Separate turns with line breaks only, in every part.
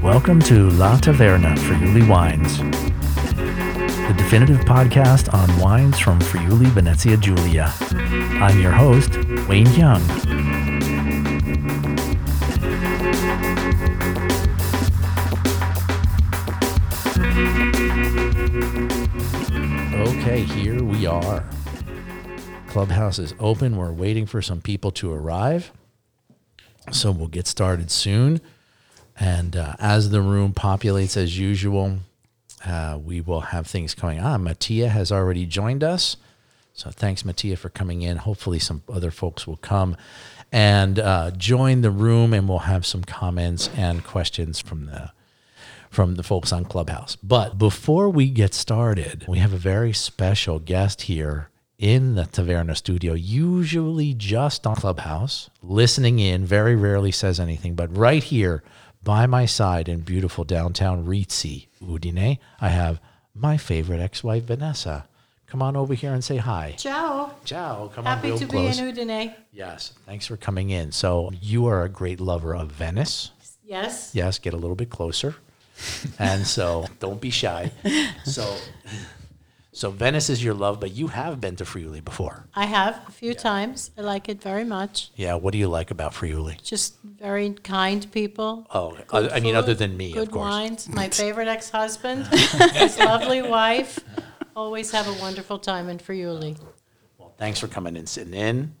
Welcome to La Taverna Friuli Wines, the definitive podcast on wines from Friuli Venezia Giulia. I'm your host, Wayne Young. Okay, here we are. Clubhouse is open. We're waiting for some people to arrive. So we'll get started soon. And uh, as the room populates as usual, uh, we will have things coming on. Mattia has already joined us. So thanks, Mattia, for coming in. Hopefully, some other folks will come and uh, join the room, and we'll have some comments and questions from the from the folks on Clubhouse. But before we get started, we have a very special guest here in the Taverna studio, usually just on Clubhouse, listening in, very rarely says anything, but right here by my side in beautiful downtown Rizzi, Udine, I have my favorite ex wife, Vanessa. Come on over here and say hi.
Ciao.
Ciao. Come on,
Happy
real
to
close.
be in Udine.
yes. Thanks for coming in. So, you are a great lover of Venice
Yes.
yes, get a little bit closer. and so don't be shy. So so Venice is your love, but you have been to Friuli before.
I have a few times. I like it very much.
Yeah, what do you like about Friuli?
Just very kind people.
Oh, I, I mean
Food,
other than me,
good
of course.
wines. My favorite ex-husband, his lovely wife. Always have a wonderful time in Friuli.
Well, thanks for coming and sitting in.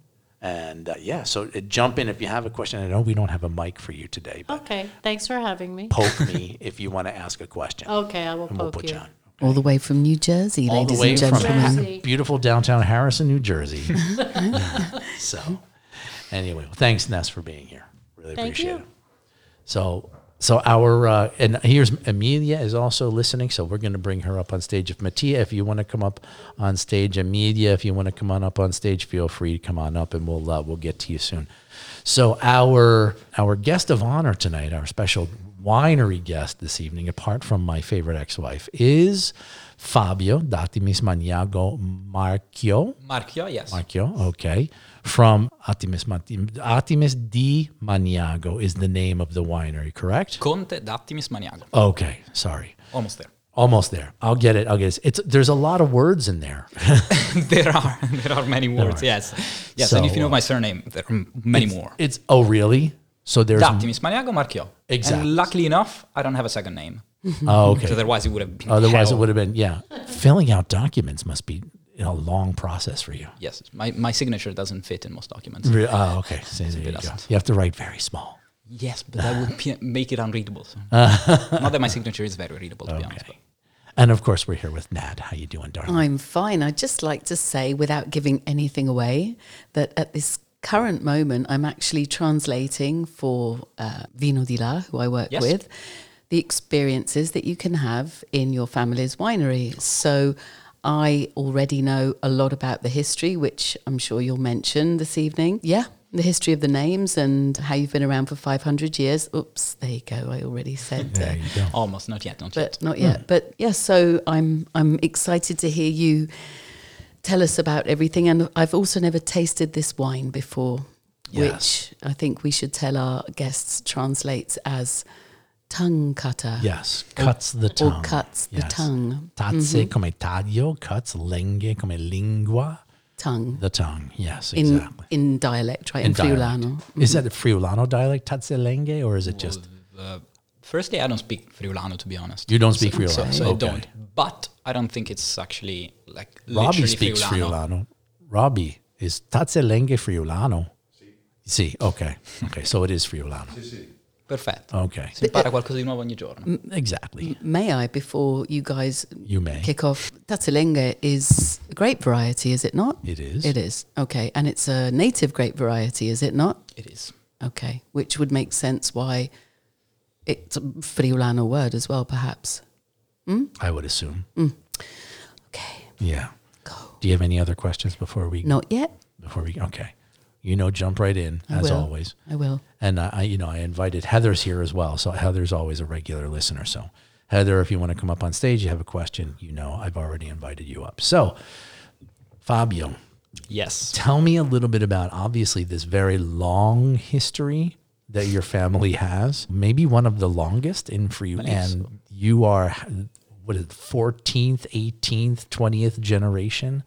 And uh, yeah, so uh, jump in if you have a question. I know we don't have a mic for you today, but
Okay. Thanks for having me.
poke me if you want to ask a question.
Okay, I will
and we'll
poke
put Oh, you
you.
on.
All the way from New Jersey,
all the
ladies
way
and
from
gentlemen.
gentlemen.
beautiful downtown Harrison, New Jersey. so, anyway, well, thanks Ness for being here. Really
Thank
appreciate
you.
it. So, so our uh, and here's Amelia is also listening. So we're going to bring her up on stage. If Mattia, if you want to come up on stage, Amelia, if you want to come on up on stage, feel free to come on up, and we'll uh, we'll get to you soon. So our our guest of honor tonight, our special winery guest this evening, apart from my favorite ex-wife, is Fabio Dattimis Maniago Marchio.
Marchio, yes.
Marchio, okay, from Attimis, Matti- Attimis di Maniago is the name of the winery, correct?
Conte d'Attimis Maniago.
Okay, sorry.
Almost there.
Almost there. I'll get it. I'll get it. It's there's a lot of words in there.
there are there are many words. Yes, yes. and if
So,
you know
uh,
my surname, there are many more.
It's oh really? So there's
D'Attimis Maniago Marchio.
Exactly.
And luckily enough, I don't have a second name.
oh, okay.
Because otherwise, it would have been.
Otherwise, it
hell.
would have been yeah. Filling out documents must be a long process for you.
Yes, my, my signature doesn't fit in most documents.
Re- Oh, okay. So there you, go.
doesn't.
you have to write very small.
Yes, but that would p- make it unreadable. So. Not that my signature is very readable, to be honest.
Okay. And of course, we're here with Nad. How you doing, darling?
I'm fine. I'd just like to say, without giving anything away, that at this current moment, I'm actually translating for uh, Vino di La, who I work
Yes.
with, the experiences that you can have in your family's winery. So I already know a lot about the history, which I'm sure you'll mention this evening. Yeah. The history of the names and how you've been around for 500 years. Oops, there you go. I already said uh,
There you go.
Almost, not yet, not yet.
but not
mm.
yet. But yeah, so I'm I'm excited to hear you tell us about everything. And I've also never tasted this wine before,
Yes.
which I think we should tell our guests translates as tongue cutter.
Yes, cuts the
Or
tongue.
cuts the
Yes.
tongue. Mm-hmm.
Tazze come taglio, cuts lingue come lingua,
Tongue.
the tongue. Yes,
in
exactly.
in dialect, right?
In
In,
dialect.
Friulano. Mm-hmm.
Is that a Friulano dialect, tazze lingue, or is it just
Uh, firstly, I don't speak Friulano, to be honest.
you don't speak
So,
Friulano?
so I don't. But I don't think it's actually like.
Robbie
literally
speaks Friulano. Robbie is tazze lingue Friulano. Sì, okay, okay. So it is Friulano.
Perfetto.
Okay,
Si impara qualcosa di nuovo ogni
Mm.
giorno.
exactly.
May I, before you guys
You may.
kick off, Tatalinga is a grape variety, is it not?
It is.
It is. Okay. And it's a native grape variety, is it not?
It is.
Okay, which would make sense why it's a Friulano word as well, perhaps.
I would assume.
Okay,
Yeah.
go.
Do you have any other questions before we
Not yet.
before we okay you know, jump right in
I
as
will.
always.
I will.
And I, I, you know, I invited Heather's here as well. So Heather's always a regular listener. So Heather, if you want to come up on stage, you have a question, you know, I've already invited you up. So Fabio,
Yes.
tell me a little bit about obviously this very long history that your family has, maybe one of the longest in Free.
years.
And you are what is it, 14th, 18th, 20th generation?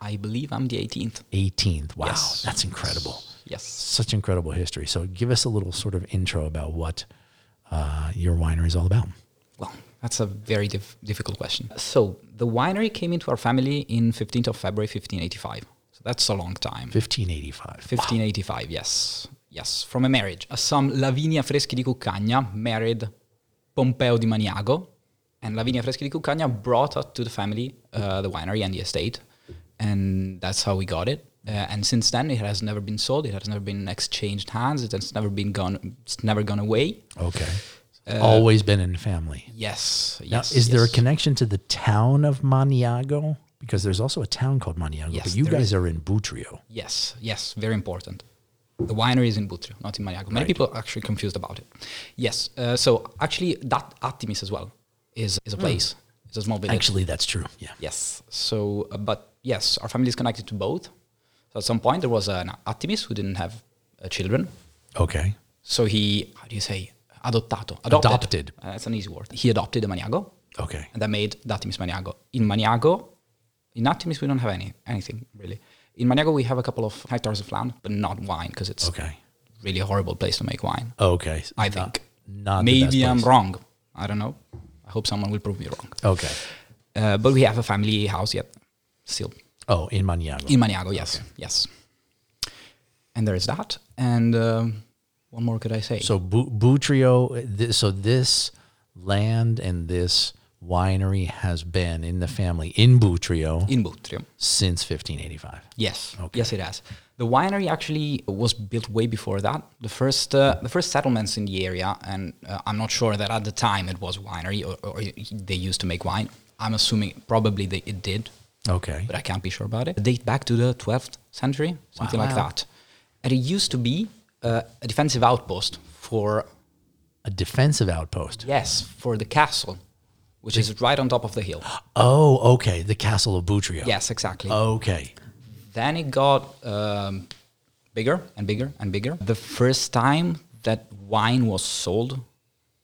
I believe I'm the 18th.
18th. Wow,
Yes.
that's incredible.
Yes.
Such incredible history. So give us a little sort of intro about what uh, your winery is all about.
Well, that's a very dif- difficult question. So the winery came into our family in 15th of February 1585. So that's a long time.
1585.
1585, yes. Yes, from a marriage. Uh, Some Lavinia Freschi di Cuccagna married Pompeo di Maniago, and Lavinia Freschi di Cuccagna brought us to the family, uh, the winery and the estate, and that's how we got it. Uh, and since then, it has never been sold. It has never been exchanged hands. It has never been gone. It's never gone away.
Okay. Always been in family.
Yes.
Now,
Uh, yes.
is there a
yes.
connection to the town of Maniago? Because there's also a town called Maniago,
Yes,
but you
there
guys
is.
are in Butrio.
Yes, yes, very important. The winery is in Butrio, not in Maniago. Many people are actually confused about it. Yes, uh, so actually that Artemis as well is, is a place. It's a small village.
Hmm. Actually, that's true. Yeah.
Yes. So, uh, but yes, our family is connected to both. So at some point there was an Artemis who didn't have uh, children.
Okay.
So he, how do you say, adottato. Adopted.
Adopted.
Uh, that's an easy word. He adopted a Maniago
Okay.
and that made Datimis Maniago. In Maniago, in Datimis we don't have any anything really. In Maniago we have a couple of hectares of land, but not wine because it's
Okay.
really a horrible place to make wine.
Okay.
I
Not-
think.
Not the best
Maybe I'm
place.
wrong. I don't know. I hope someone will prove me wrong.
Okay.
Uh, but we have a family house yet, still
Oh, in Maniago.
in Maniago. Yes, yes. And there is that. And um, what more could I say?
So Bu- Butrio, th- so this land and this winery has been in the family in Butrio
in Butrio.
since 1585.
Yes. Yes, it has. The winery actually was built way before that. The first uh, the first settlements in the area, and uh, I'm not sure that at the time it was winery or, or they used to make wine. I'm assuming probably they, it did,
Okay.
but I can't be sure about it. Date back to the 12th century, something like
Wow.
that. And it used to be uh, a defensive outpost for
A defensive outpost.
yes for the castle, which is right on top of the hill.
Oh, okay. The castle of Butrio.
Yes, exactly.
Okay.
then it got um, bigger and bigger and bigger. The first time that wine was sold,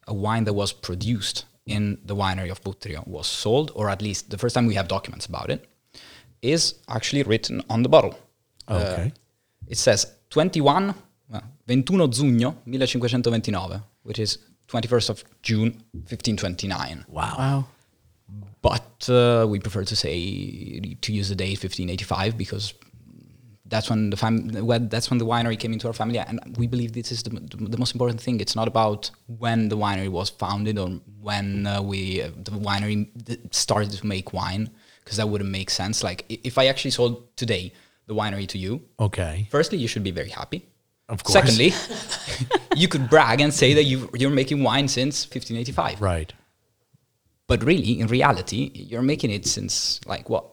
a wine that was produced in the winery of Butrio was sold, or at least the first time we have documents about it, is actually written on the bottle. Uh,
Okay.
It says 21, well, 21 giugno 1529, which is 21st of June 1529
wow.
Wow.
but uh, we prefer to say to use the date 1585 because that's when the fam- when, that's when the winery came into our family and we believe this is the, the most important thing it's not about when the winery was founded or when uh, we uh, the winery d- started to make wine because that wouldn't make sense like i- if i actually sold today the winery to you
Okay.
firstly you should be very happy
Of course.
secondly you could brag and say that you you're making wine since 1585
Right.
but really, in reality, you're making it since like what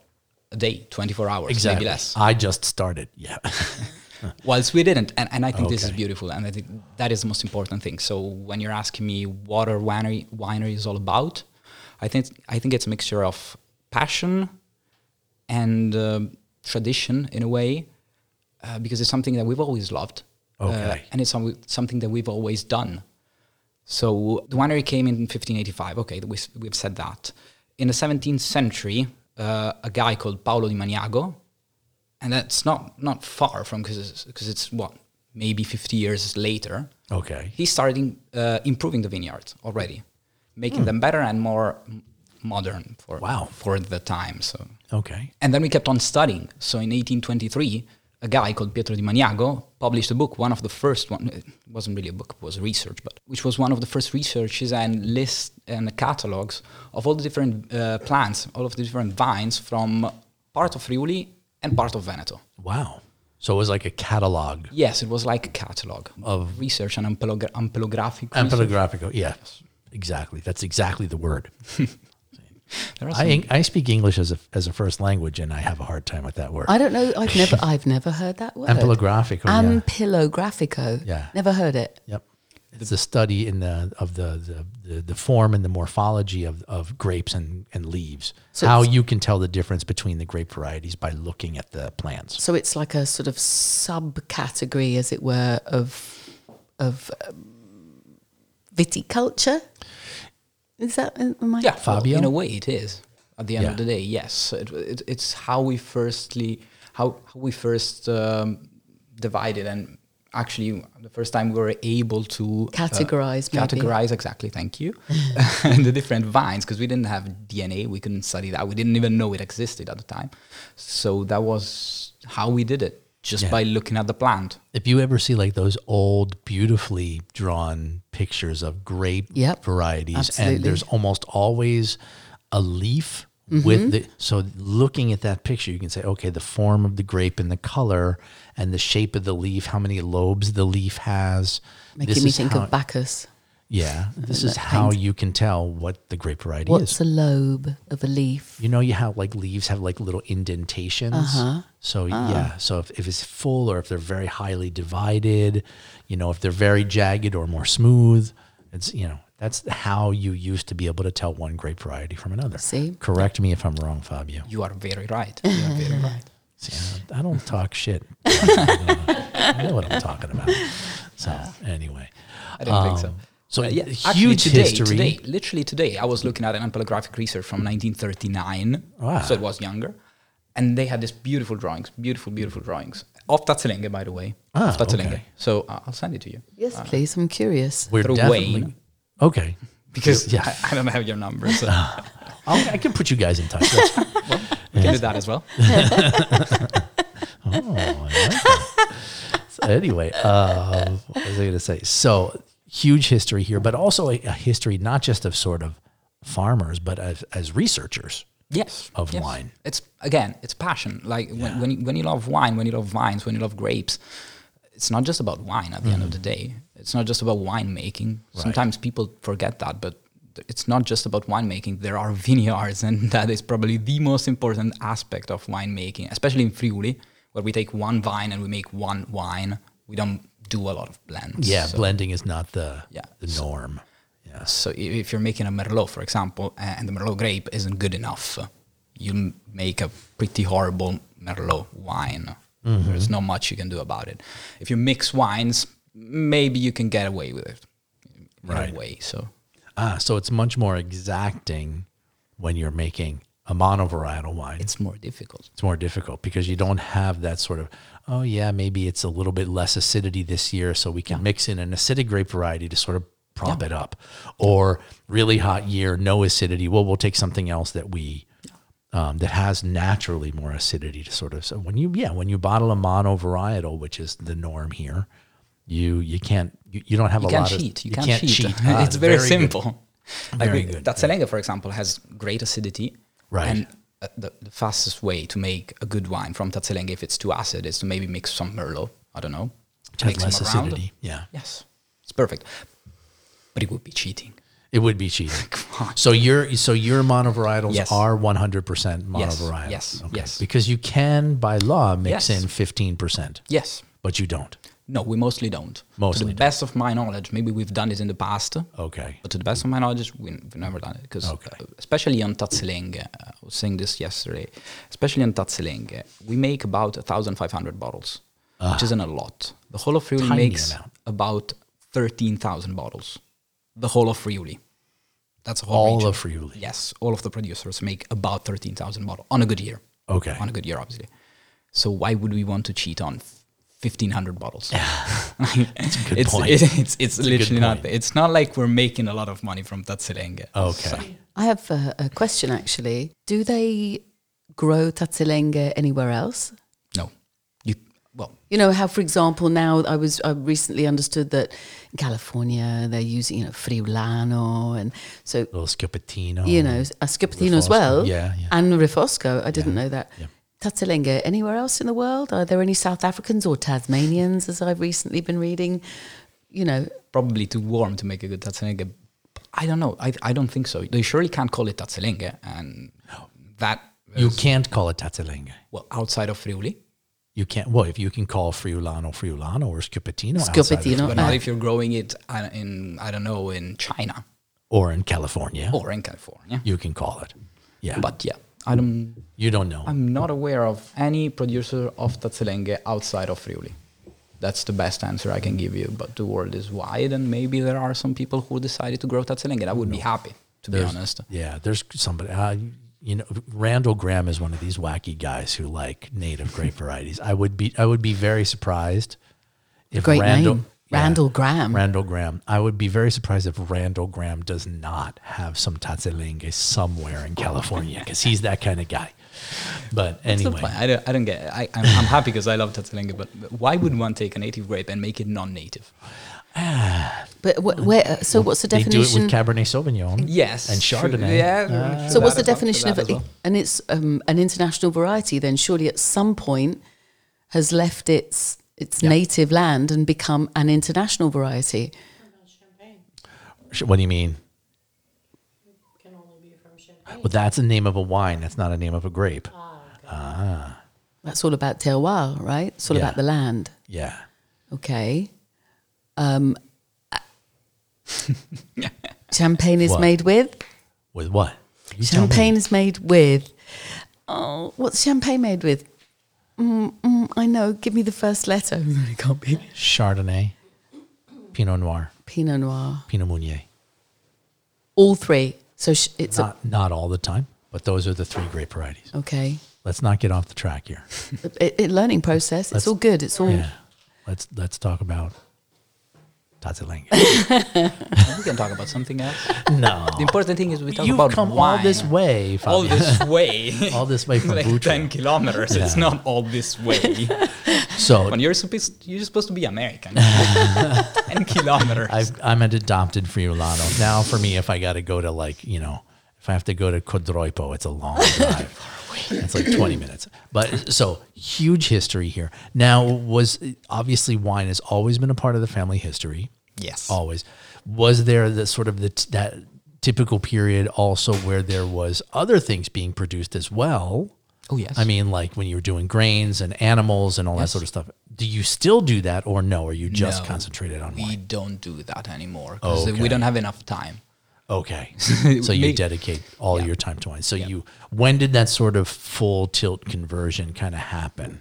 a day, 24 hours,
Exactly.
maybe less.
I just started. Yeah.
Whilst we didn't, and, and I think this is
Okay.
beautiful, and I think that is the most important thing. So when you're asking me what our winery winery is all about, I think I think it's a mixture of passion and um, tradition in a way, uh, because it's something that we've always loved, uh,
Okay.
and it's some, something that we've always done. So the winery came in 1585. Okay, we, we've said that. In the 17th century, uh, a guy called Paolo di Maniago, and that's not not far from because it's, 'cause it's what maybe 50 years later.
okay.
He started uh, improving the vineyards already, making them better and more m- modern for
Hmm. Wow.
for the time. So
Okay.
and then we kept on studying. So in 1823, a guy called Pietro di Maniago published a book, one of the first one. It wasn't really a book; it was research, but which was one of the first researches and lists and catalogs of all the different uh, plants, all of the different vines from part of Friuli and part of Veneto.
Wow. So it was like a catalog.
Yes, it was like a catalog of research and ampelogra- ampelographic. research.
Ampelographico. Yeah. Exactly. That's exactly the word.
There are
I,
some-
en- I speak English as a, as a first language, and I have a hard time with that word.
I don't know. I've never I've never heard that word.
Ampelographico. yeah.
Ampelographico.
Yeah.
Never heard it.
Yep. It's the study in the of the the, the, the form and the morphology of, of grapes and, and leaves.
So
how
it's-
you can tell the difference between the grape varieties by looking at the plants.
So it's like a sort of subcategory, as it were, of of um, viticulture. Is that am I?
yeah, well,
Fabio?
in a way, it is. At the end
Yeah.
of the day, yes, it, it, it's how we firstly how, how we first um, divided and actually the first time we were able to uh,
Categorize, maybe.
categorize exactly. Thank you. the different vines because we didn't have DNA, we couldn't study that, we didn't even know it existed at the time. So that was how we did it, just
Yeah.
by looking at the plant.
If you ever see like those old, beautifully drawn pictures of grape
Yep.
varieties,
Absolutely.
and there's almost always a leaf
Mm-hmm.
with the so looking at that picture, you can say, okay, the form of the grape and the color and the shape of the leaf, how many lobes the leaf has.
Making
This
me
is
think
how-
of Bacchus.
Yeah, this is how you can tell what the grape variety
What's
is.
a lobe of a leaf?
You know, you have like leaves have like little indentations.
Uh-huh.
So yeah, so if, if it's full or if they're very highly divided, you know, if they're very jagged or more smooth, it's you know that's how you used to be able to tell one grape variety from another.
See?
correct me if I'm wrong, Fabio.
You are very right. You are very right.
See, I don't- I don't talk shit. I know what I'm talking about. So anyway,
I don't think so.
Um, So
Uh,
yeah,
actually,
huge
today,
history.
Today, literally today, I was looking at an ampelographic research from 1939,
Wow.
so it was younger, and they had these beautiful drawings, beautiful, beautiful drawings of Tatzelinge, by the way,
Ah,
of Tatzelinge.
okay.
So uh, I'll send it to you
Yes, please. I'm curious.
We're
through
definitely
Wayne.
okay.
because
Yeah. Ah,
I, I don't have your number, so I
I'll, I can put you guys in touch. That's fine.
can do that as well.
oh, I like that. So anyway, uh, what was I going to say? So huge history here, but also a, a history not just of sort of farmers, but as, as researchers.
Yes,
Of
yes.
wine.
It's again, it's passion. Like when when you, when you love wine, when you love vines, when you love grapes, it's not just about wine. At the end of the
Mm-hmm.
day, it's not just about winemaking. Sometimes people forget that, but th- it's not just about winemaking. There are vineyards, and that is probably the most important aspect of winemaking, especially in Friuli, where we take one vine and we make one wine. We don't do a lot of blends.
Yeah,
so-
blending is not the
Yeah,
the
so-
norm. Yeah.
so i- if you're making a Merlot, for example, a- and the Merlot grape isn't good enough, uh, you m- make a pretty horrible Merlot wine.
Mm-hmm.
There's not much you can do about it. If you mix wines, maybe you can get away with it in
Right.
a way. So
Ah, so it's much more exacting when you're making a monovarietal wine.
it's more difficult.
it's more difficult because you don't have that sort of oh yeah maybe it's a little bit less acidity this year so we can mix in an acidic grape variety to sort of prop it up or really hot year no acidity well we'll take something else that we um, that has naturally more acidity to sort of so when you yeah when you bottle a mono varietal which is the norm here you you can't you, you don't have
You
a
can't
lot
cheat.
of
you, can't, cheat.
Ah,
it's very,
good.
simple. Like
Very
we-
good,
Tatzelenga, for example, has great acidity.
Right.
And uh, the, the fastest way to make a good wine from Tatzelenga, if it's too acid, is to maybe mix some Merlot. I don't know.
Which has
mix them
less
around.
acidity yeah
Yes, it's perfect. But it would be cheating.
it would be cheating
Come on.
So your so your monovarietals
Yes.
are 100%
Yes,
monovarietals.
yes, yes.
Because you can by law mix
Yes.
in 15%,
Yes.
but you don't.
No, we mostly don't.
Mostly
To the
don't.
best of my knowledge, maybe we've done it in the past.
Okay.
But to the best of my knowledge, we, we've never done it because,
Okay.
especially on Tatzeling, uh, I was saying this yesterday. Especially on Tatzeling, uh, we make about 1,500 bottles, which isn't a lot. The whole of Friuli
Tiny
makes
amount.
about 13,000 bottles. The whole of Friuli. That's a whole
All
region.
of Friuli.
Yes, all of the producers make about 13,000 bottles on a good year.
Okay.
On a good year, obviously. So why would we want to cheat on 1,500 bottles? That's
a good
it's,
point.
It's, it's, it's
a good
literally not,
point.
it's not like we're making a lot of money from Tatzelenga. So-
Okay.
I have a, a question actually. Do they grow Tatzelenga anywhere else?
no. You, well,
You know how, for example, now I was I recently understood that in California they're using you know Friulano and so
Little schioppettino.
you know Ascopatino as
Oh, Rifosco,
well
yeah, yeah.
and Rifosco. I didn't know that.
yeah.
Tatzelenga anywhere else in the world? Are there any South Africans or Tasmanians as I've recently been reading? You know,
probably too warm to make a good Tatzelenga. but I don't know. I, I don't think so. They surely can't call it Tatzelinge, and that
You can't call it Tatzelinge.
well outside of Friuli.
You can't. Well, if you can call Friulano Friulano or Scopitino, outside of
Scopitino.
Friuli-
But
Uh,
not if you're growing it uh, in I don't know in China
uh,
or in California,
or in California.
you can call it. Yeah, but
Oh. But yeah, I don't.
you don't know.
I'm not aware of any producer of Tatzelenge outside of Friuli. That's the best answer I can give you. But the world is wide, and maybe there are some people who decided to grow Tatzelenge. I would be happy, to be honest.
Yeah, there's somebody. Uh, you know, Randall Graham is one of these wacky guys who like native grape varieties. I would be, I would be very surprised if
Great name. Randall Graham.
Randall Graham. I would be very surprised if Randall Graham does not have some Tatzelinge somewhere in California because he's that kind of guy. But
It's the
anyway,
point. I don't, I don't get it. I, I'm, I'm happy because I love Tatzelenge, but why would one take a native grape and make it non native?
But wh- where? So what's the
they do it
definition?
with Cabernet Sauvignon.
Yes.
and
sure,
Chardonnay. Uh,
Yeah.
so
sure,
what's the
that is up to
definition of
that
it?
as well.
And it's um, an international variety. Then surely at some point has left its its native land and become an international variety.
Champagne
Sh- What do you mean?
can only be from Champagne.
Well, that's a name of a wine. That's not a name of a grape.
Uh, That's all about terroir, right? It's all
Yeah.
about the land.
Yeah.
Okay. Um, champagne is
What?
made with
With what? You tell me.
champagne is made with. Oh, what's champagne made with? Mm, mm, I know. Give me the first letter. it can't be
Chardonnay, Pinot Noir,
Pinot Noir.
Pinot Meunier.
All three. So sh- it's
not not all the time, but those are the three grape varieties.
a, okay.
Let's not get off the track here.
It, it- learning process. It's
Let's-
all good. It's all.
Yeah, let's let's talk about Tatzelinge.
We can talk about something else.
no,
The important thing is we talk
you've
about
come
wine.
all this way,
all
Fabian.
this way.
All this way from
like
Bucha.
10 kilometers. It's
Yeah.
not all this way.
so
when you're supposed, you're supposed to be American. 10 kilometers.
I've, I'm an adopted Friulano. Now, for me, if I got to go to like you know, if I have to go to Codroipo, it's a long drive. it's like 20 minutes. But so huge history here. Now, was obviously wine has always been a part of the family history.
yes.
always was there the sort of the t- that typical period also where there was other things being produced as well
Oh, yes.
i mean like when you were doing grains and animals and all that
Yes.
sort of stuff do you still do that or no are you just
No,
concentrated on
we
wine
don't do that anymore because
Oh, Okay.
we don't have enough time.
okay so you
May-
dedicate all your time to wine so you when did that sort of full tilt conversion kind of happen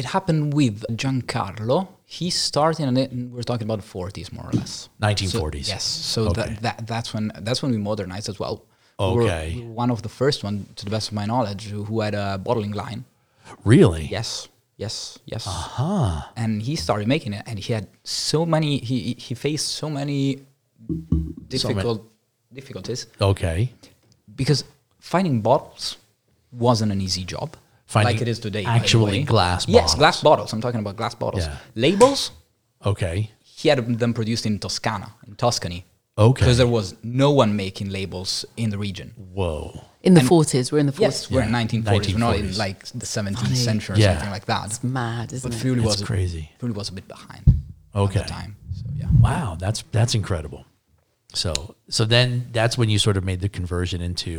It happened with Giancarlo. He started, in it, and we're talking about the 40s more or less.
1940s
Yes. So
Okay.
that, that that's when that's when we modernized as well.
Okay.
We were one of the first one, to the best of my knowledge, who who had a bottling line.
really
Yes. Yes. Yes. Uh-huh. And he started making it, and he had so many. He he faced so many difficult difficulties
okay
because finding bottles wasn't an easy job.
Finding
like it is today. by the
actually
way.
glass
Yes, glass bottles. I'm talking about glass bottles.
Yeah.
Labels,
okay
he had them produced in Toscana, in Tuscany.
Okay.
Because there was no one making labels in the region.
whoa
In the forties, we're in the forties.
Yes, we're in 1940s. We're not in
1940s.
like the 17th century or
Yeah.
something like that.
It's mad, isn't
But
it?
Friuli
It's
was a-
crazy.
Friuli was a bit behind.
Okay.
At the time. So yeah.
Wow, that's that's incredible. So so then that's when you sort of made the conversion into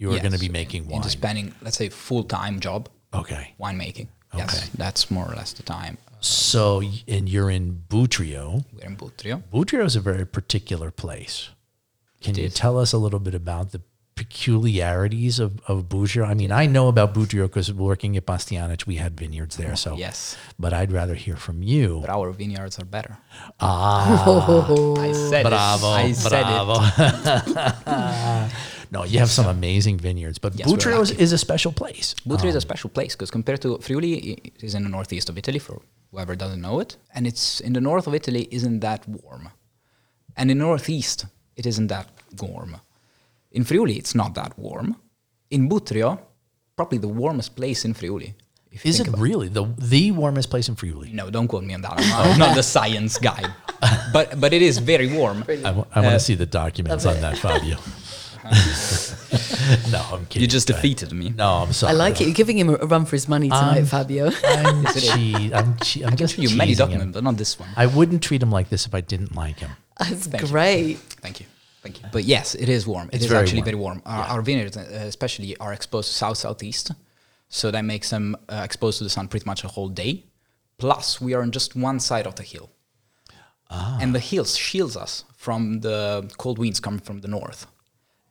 you were
Yes,
going to be
so
making wine.
Into spending, let's say, full time job
okay.
winemaking.
Oh. Okay.
Yes, that's more or less the time. uh,
So y- and you're in Butrio.
We're in Butrio.
Butrio is a very particular place. Can you
is.
tell us a little bit about the peculiarities of, of Butrio? I mean, I know about Butrio because working at Bastianich, we had vineyards there. So
Yes.
but I'd rather hear from you. Ah,
But our vineyards are better.
Oh,
I said
Bravo,
it. I said it.
bravo. no, you have some amazing vineyards, but
Yes, we're
Butrio is,
lucky.
is a special place.
Butri is a special place because compared to Friuli, i- it is in the northeast of Italy for whoever doesn't know it, and it's in the north of Italy isn't that warm, and in northeast it isn't that warm. In Friuli, it's not that warm. In Butrio, probably the warmest place in Friuli. If you
Is
think
it
about
really the the warmest place in Friuli?
No, don't quote me on that. I'm not, I'm not the science guy, but but it is very warm.
I want
Uh,
to see the documents on that, Fabio. no, I'm kidding.
You just
Go ahead.
defeated me.
No, I'm sorry.
I like it. You're giving him a run for his money tonight,
Um,
Fabio.
I'm, che- I'm, che- I'm just
Show you
cheesing
many
him.
documents, but not this one.
I wouldn't treat him like this if I didn't like him.
That's
you.
great.
Thank you. Thank you. But yes, it is warm.
It's
it's
very
actually
warm.
very warm. Our, our vineyards, uh, especially, are exposed to south southeast, so that makes them uh, exposed to the sun pretty much a whole day. Plus, we are on just one side of the hill,
Ah.
and the hills shields us from the cold winds coming from the north.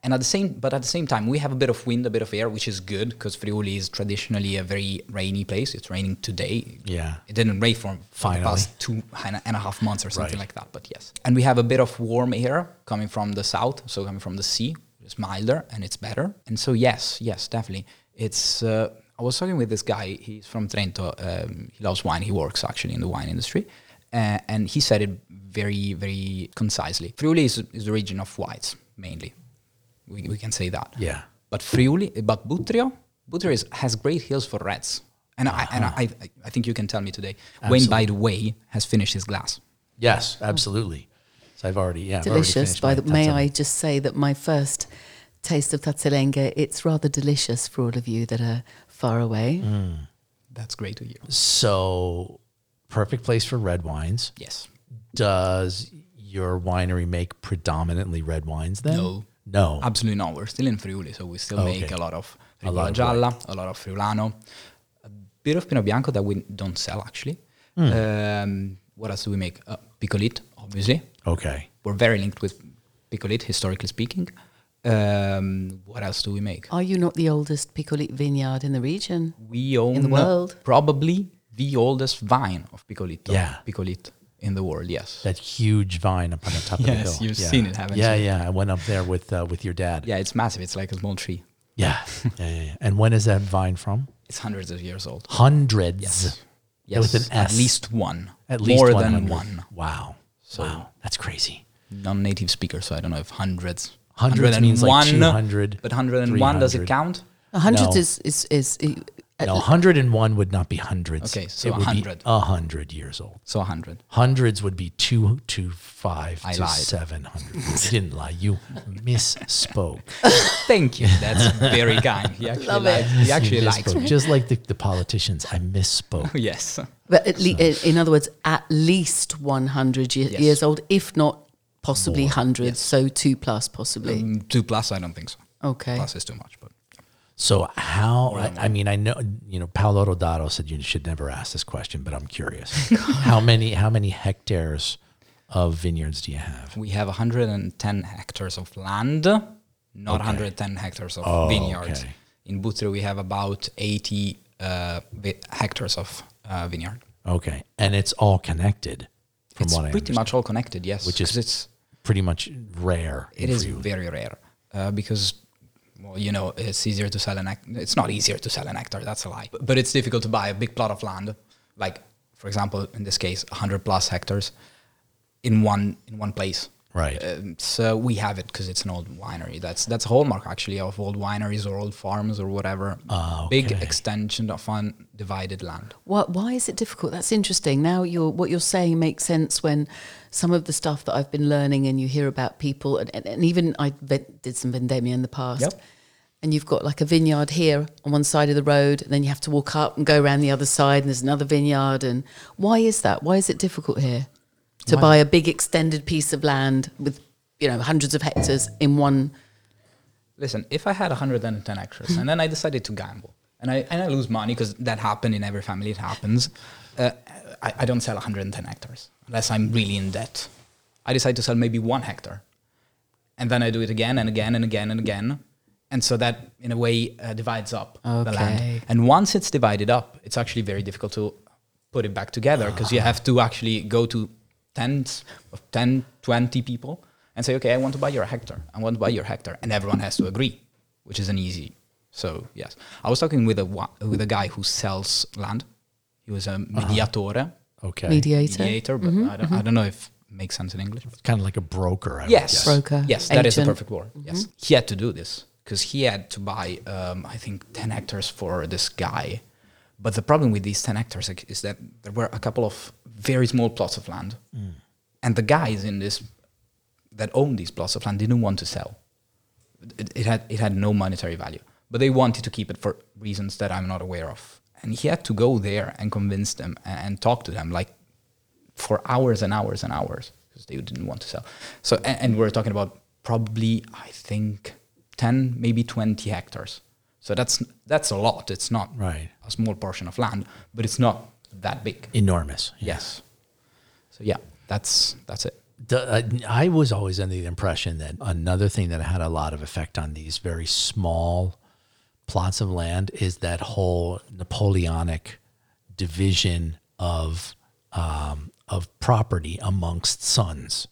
And at the same, but at the same time, we have a bit of wind, a bit of air, which is good because Friuli is traditionally a very rainy place. It's raining today.
Yeah.
it didn't rain for for the
Finally.
past two and a- and a half months or something
Right.
like that. But yes, and we have a bit of warm air coming from the south, so coming from the sea, it's milder and it's better. And so yes, yes, definitely, it's. Uh, I was talking with this guy. He's from Trento. Um, he loves wine. He works actually in the wine industry, uh, and he said it very, very concisely. Friuli is, is the region of whites mainly. We, we can say that.
Yeah.
But Friuli, but Butrio, Butrio is, has great hills for reds. And, I,
Ah.
and I, I, I think you can tell me today. Wayne, by the way, has finished his glass.
Yes, absolutely. So I've already yeah I've already
delicious.
finished my
By the may
tazzone.
I just say that my first taste of Tatzelenga, it's rather delicious for all of you that are far away.
Mm.
That's great to hear.
So perfect place for red wines.
Yes.
Does your winery make predominantly red wines then?
No.
No.
Absolutely not. We're still in Friuli, so we still
Oh, Okay.
make a lot of
A lot
Ricola
of
Gialla, a lot of Friulano, a bit of Pinot Bianco that we don't sell actually.
Hmm.
Um, what else do we make? Uh, Picolit, obviously.
okay.
We're very linked with Picolit, historically speaking. Um, what else do we make?
Are you not the oldest picolit vineyard in the region?
we own
the world.
probably the oldest vine of picolito.
Yeah.
picolito in the world. Yes.
That huge vine up on the top of the hill.
Yes, you've seen it, haven't
yeah,
you?
Yeah, I went up there with uh, with your dad.
yeah, it's massive. It's like a small tree.
Yeah. yeah, yeah, yeah. And when is that vine from?
It's hundreds of years old.
Hundreds.
Yes.
Yeah, with an
At
S.
least one.
At least
more
100.
than one.
Wow. wow. That's crazy.
Non-native speaker, so I don't know if hundreds.
Hundreds
101,
means like 200,
But hundred and one does it
300.
count?
A hundred
No.
is is is. uh,
No, 101 would not be hundreds.
Okay, so
it would
100.
be 100 years old.
So hundred.
Hundreds would be two to five
I
to
lied.
seven hundred. You didn't lie. You misspoke.
Thank you. That's very kind. He actually
Love
likes,
it.
He actually
You
likes
misspoke.
me.
Just like the, the politicians, I misspoke.
Yes.
But at le- in other words, at least 100 ye-
Yes.
years old, if not possibly 100, so two plus possibly.
Mm, Two plus, I don't think so.
okay.
Plus is too much, but
So how? I, I mean, I know you know. Paolo Rodado said you should never ask this question, but I'm curious. how many? How many hectares of vineyards do you have?
We have 110 hectares of land, not 110 hectares of vineyards.
Oh, okay.
In Butre, we have about 80 uh, vi- hectares of uh, vineyard.
Okay, and it's all connected. From
it's
what I
pretty
understand,
much all connected, yes.
Which is-
'cause it's
pretty much rare.
it
in
is
Friuli.
very rare uh, because. Well, you know, it's easier to sell an hectare. It's not easier to sell an hectare, that's a lie. But, but it's difficult to buy a big plot of land, like, for example, in this case, 100 plus hectares in one in one place.
Right.
Um, so we have it because it's an old winery. That's that's a hallmark actually of old wineries or old farms or whatever.
Ah,
Big
okay.
extension of undivided land.
Why, why is it difficult? That's interesting. Now, you're, what you're saying makes sense when some of the stuff that I've been learning and you hear about people, and, and, and even I ve- did some vendemmia in the past.
Yep.
And you've got like a vineyard here on one side of the road, and then you have to walk up and go around the other side, and there's another vineyard. And why is that? Why is it difficult here to buy a big extended piece of land with, you know, hundreds of hectares in one?
Listen, if I had 110 acres and then I decided to gamble and I and I lose money because that happened in every family. It happens. Uh, I, I don't sell 110 hectares unless I'm really in debt. I decide to sell maybe one hectare, and then I do it again and again and again and again, and so that in a way uh, divides up the land.
Okay.
And once it's divided up, it's actually very difficult to put it back together because you have to actually go to tens of 10, 20 people and say, okay, I want to buy your hectare. I want to buy your hectare. And everyone has to agree, which isn't easy. So, yes. I was talking with a, wa- with a guy who sells land. He was a mediatore,
Okay.
Uh-huh. Mediator. Mm-hmm.
mediator, but I, don't, I don't know if it makes sense in English.
Kind of like a broker. I would
Yes.
guess.
Broker,
Yes, that is the
agent. Mm-hmm.
perfect word. Yes. He had to do this because he had to buy, um, I think, 10 hectares for this guy. But the problem with these 10 hectares like, is that there were a couple of very small plots of land. And the guys in this that owned these plots of land didn't want to sell. It, it, had, it had no monetary value. But they wanted to keep it for reasons that I'm not aware of. And he had to go there and convince them and, and talk to them, like for hours and hours and hours because they didn't want to sell. So, and, and we're talking about probably I think 10, maybe 20 hectares. So that's that's a lot. It's not
Right.
a small portion of land, but it's not that big.
Enormous.
Yes. So yeah, that's that's it.
D- uh, I was always under the impression that another thing that had a lot of effect on these very small plots of land is that whole Napoleonic division of um, of property amongst sons.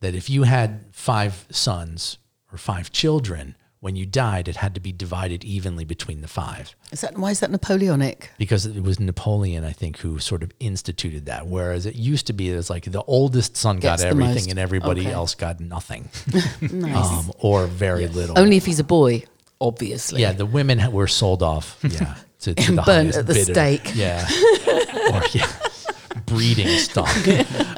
That if you had five sons or five children, when you died, it had to be divided evenly between the five
Is that why is that Napoleonic?
because it was Napoleon, I think, who sort of instituted that. Whereas it used to be, it was like the oldest son got
Gets the
everything
most.
and everybody
Okay.
else got nothing
Nice.
um, or very little.
Only if he's a boy, obviously.
yeah, the women ha- were sold off. Yeah. To, to
And
the
burnt
highest
at the
bidder.
stake.
Yeah. or yeah. Breeding stock.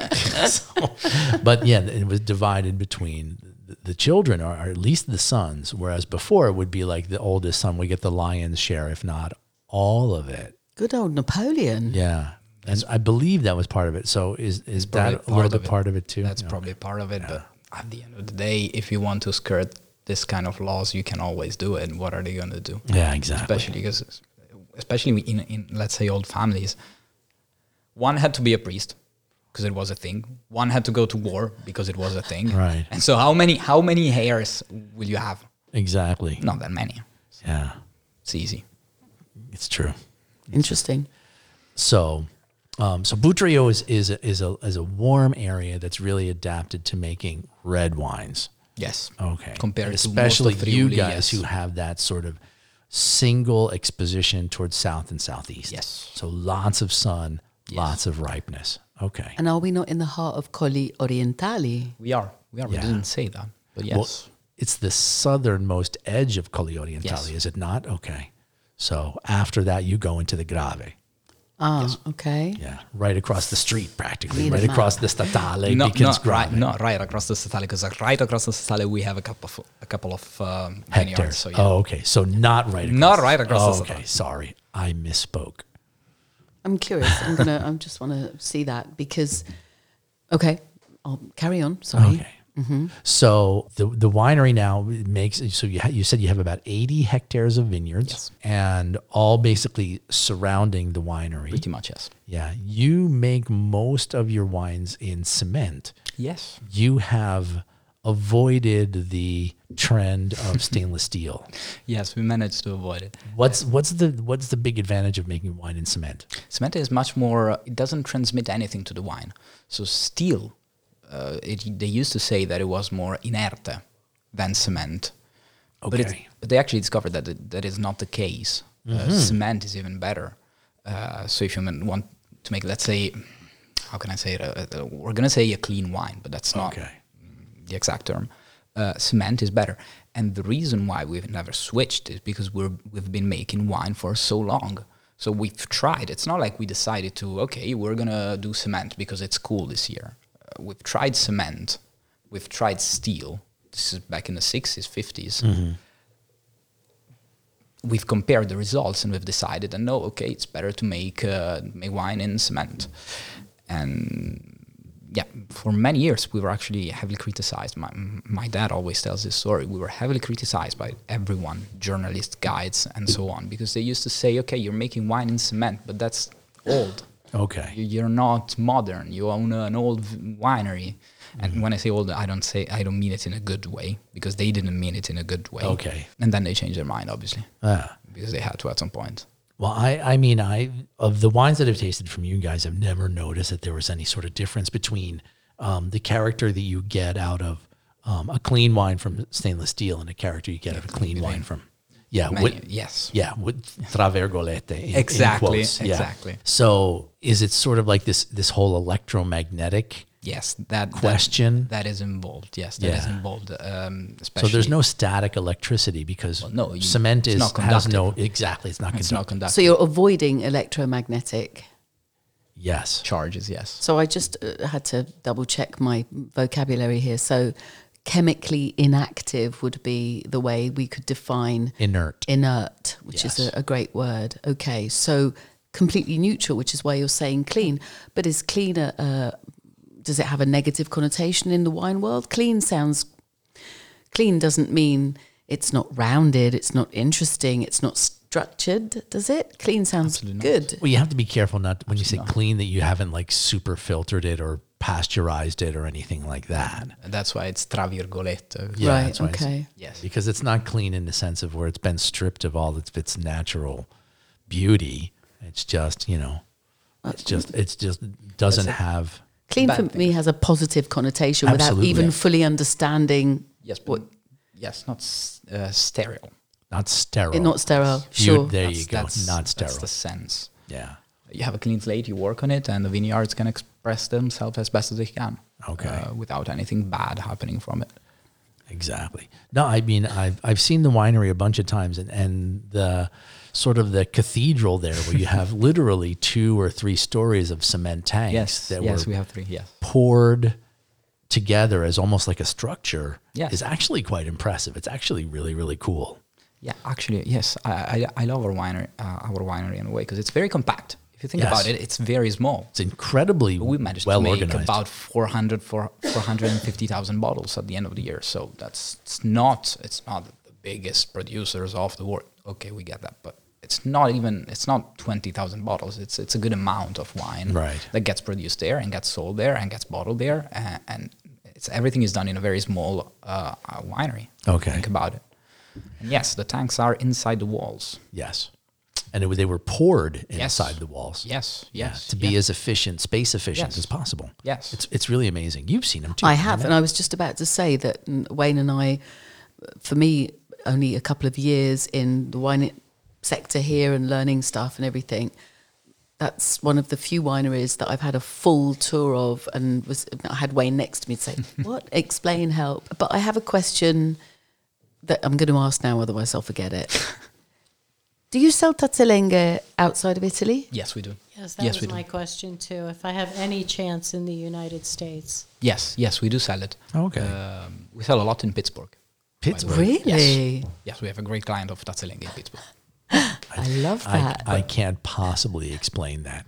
So- but yeah, it was divided between the- the children, or or at least the sons. Whereas before, it would be like the oldest son would get the lion's share, if not all of it.
Good old Napoleon.
Yeah. And I believe that was part of it. So is is
probably
that a little
part
bit
of it.
part of it too?
That's
Yeah.
probably part of it. But at the end of the day, if you want to skirt this kind of laws, you can always do it. And what are they going to do?
Yeah, exactly.
Especially because, especially in, in let's say old families, one had to be a priest because it was a thing. One had to go to war because it was a thing.
Right.
And so, how many how many hairs will you have?
Exactly.
Not that many.
Yeah.
It's easy.
It's true.
Interesting.
So um, so Boutrio is is a, is a is a warm area that's really adapted to making red wines.
Yes.
Okay.
Compared
especially
to most of
you
Friuli,
guys
yes.
who have that sort of single exposition towards south and southeast.
Yes.
So lots of sun, lots of ripeness. Okay.
And are we not in the heart of Colli Orientali?
we are we are.
Yeah.
We didn't say that, but yes.
Well, it's the southernmost edge of Colli Orientale,
Yes.
is it not? Okay. So after that, you go into the Grave.
Ah, okay.
Yeah. Right across the street, practically.
Need a
right
map.
across the Statale,
not,
Deacon's
not
Grave.
right, not right across the Statale, because right across the Statale we have a couple of a couple of um, vineyards,
Hectare.
So yeah,
Oh, okay. So not right across.
Not right across
oh,
the
Okay. Sorry. I misspoke.
I'm curious. I'm gonna. I just want to see that because. Okay, I'll carry on. Sorry.
Okay.
Mm-hmm.
So the the winery now makes so you ha- you said you have about eighty hectares of vineyards and all basically surrounding the winery.
pretty much yes.
Yeah, you make most of your wines in cement.
Yes,
You have avoided the trend of stainless steel.
yes, we managed to avoid it.
What's what's the what's the big advantage of making wine in cement?
Cement is much more. uh, It doesn't transmit anything to the wine. So steel, uh, it, they used to say that it was more inerte than cement. But, it's,
Okay.
but they actually discovered that it, that is not the case. Uh, cement is even better. Uh, so if you man- want to make, let's say, how can I say it? Uh, uh, we're gonna say a clean wine, but that's not
Okay.
the exact term. Uh, cement is better, and the reason why we've never switched is because we're we've been making wine for so long. So we've tried. It's not like we decided to okay, we're gonna do cement because it's cool this year. Uh, we've tried cement, we've tried steel. This is back in the sixties, We've compared the results and we've decided, and no, okay, it's better to make uh, make wine in cement. And yeah, for many years we were actually heavily criticized. My my dad always tells this story. We were heavily criticized by everyone, journalists, guides, and so on, because they used to say, "Okay, you're making wine in cement, but that's old.
Okay.
You- You're not modern. You own an old v- winery." And when I say old, I don't say I don't mean it in a good way because they didn't mean it in a good way.
Okay.
And then they changed their mind, obviously,
Ah.
because they had to at some point.
Well, I, I mean, I of the wines that I've tasted from you guys, I've never noticed that there was any sort of difference between um, the character that you get out of um, a clean wine from stainless steel and a character you get out of a clean wine from yeah,
Many-
what-
yes.
yeah, with travergolette. in- in
Exactly,
quotes, yeah.
exactly.
So, is it sort of like this this whole electromagnetic?
Yes, that that-
Question?
that is involved. Yes, that is
Yeah.
involved. Um,
So
especially
there's no static electricity because
no, you-
cement
it's
is
not
has no
conductive.
exactly. It's not
it's
conductive.
not conducted.
So you're avoiding electromagnetic.
yes.
charges, yes.
So I just uh, had to double check my vocabulary here. So chemically inactive would be the way we could define
Inert.
inert, which is
Yes.
a, a great word. Okay, so completely neutral, which is why you're saying clean. But is clean a, a does it have a negative connotation in the wine world? Clean sounds Clean doesn't mean it's not rounded, it's not interesting, it's not structured, does it? Clean sounds good.
Well, you have to be careful not when you say clean that you haven't like super filtered it or pasteurized it or anything like that.
And that's why it's uh, Travirgoletto.
Yeah,
right,
that's why it's-
okay.
Yes.
because it's not clean in the sense of where it's been stripped of all its, its natural beauty. It's just you know,
Uh,
it's just it's just doesn't have.
Clean
Bad
for
thing.
me has a positive connotation
Absolutely.
without even
Yeah.
fully understanding
Yes, but yes, not s- uh, sterile.
Not sterile.
it, not sterile.
You-
Sure.
there you
That's-
go.
that's-
Not sterile.
That's the sense.
yeah.
You have a clean slate, you work on it, and the vineyards can express themselves as best as they can.
Okay.
uh, without anything bad happening from it.
Exactly. No, I mean I've I've seen the winery a bunch of times and, and the sort of the cathedral there where you have literally two or three stories of cement tanks
Yes.
that
yes,
were
we have three. Yes.
poured together as almost like a structure
Yes.
is actually quite impressive. It's actually really, really cool.
Yeah, actually, yes. I, I, I love our winery, uh, our winery in a way because it's very compact. If you think
Yes.
about it, it's very small.
It's incredibly
But we managed
well
to make
organized.
about 400, 4 450,000 bottles at the end of the year. So that's it's not it's not the biggest producers of the world. Okay, we get that, but it's not even it's not 20,000 bottles. It's it's a good amount of wine
Right.
that gets produced there and gets sold there and gets bottled there and, and it's everything is done in a very small uh, uh, winery.
Okay.
Think about it. And yes, the tanks are inside the walls.
yes. And it, was- they were poured
Yes.
inside the walls.
Yes,
Yeah,
yes.
to be
yes.
as efficient, space efficient
Yes.
as possible.
Yes.
It's, it's really amazing. You've seen them too.
I have, and I was just about to say that mm, Wayne and I, for me, only a couple of years in the wine sector here and learning stuff and everything. That's one of the few wineries that I've had a full tour of, and was I had Wayne next to me to say, "What? Explain, help." But I have a question that I'm going to ask now, otherwise I'll forget it. Do you sell tazzolenghe outside of Italy?
Yes, we do.
Yes, that
we
was
do.
my question too. If I have any chance in the United States,
Yes, yes, we do sell it.
Okay.
Um, we sell a lot in Pittsburgh.
Pittsburgh.
Really?
Yes. Yes, we have a great client of Tatzeling in Pittsburgh.
I love
I,
that. I,
I can't possibly explain that.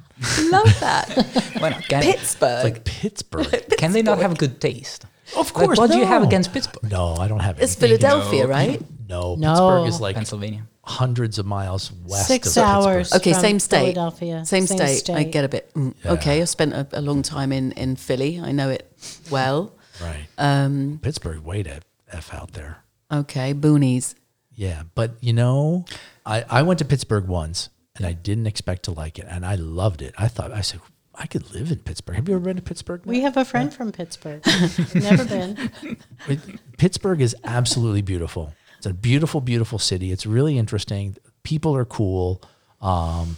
love that.
Why not? Can,
Pittsburgh.
Like Pittsburgh.
can they not have good taste?
of
Like, what do you have
no.
against Pittsburgh?
No, I don't have
It's
anything.
Philadelphia,
No.
right?
No,
No.
Pittsburgh is like
Pennsylvania.
hundreds of miles west of
six
Pittsburgh.
hours.
Okay,
from
same state.
Philadelphia.
Same, state. I get a bit. mm,
Yeah.
Okay, I spent a, a long time in, in Philly. I know it well.
Right.
Um,
Pittsburgh, way to F out there.
okay, boonies.
Yeah. But you know, I, I went to Pittsburgh once and I didn't expect to like it. And I loved it. I thought, I said, I could live in Pittsburgh. Have you ever been to Pittsburgh?
We have a friend from Pittsburgh. Never been.
It- Pittsburgh is absolutely beautiful. It's a beautiful, beautiful city. It's really interesting. People are cool. Um,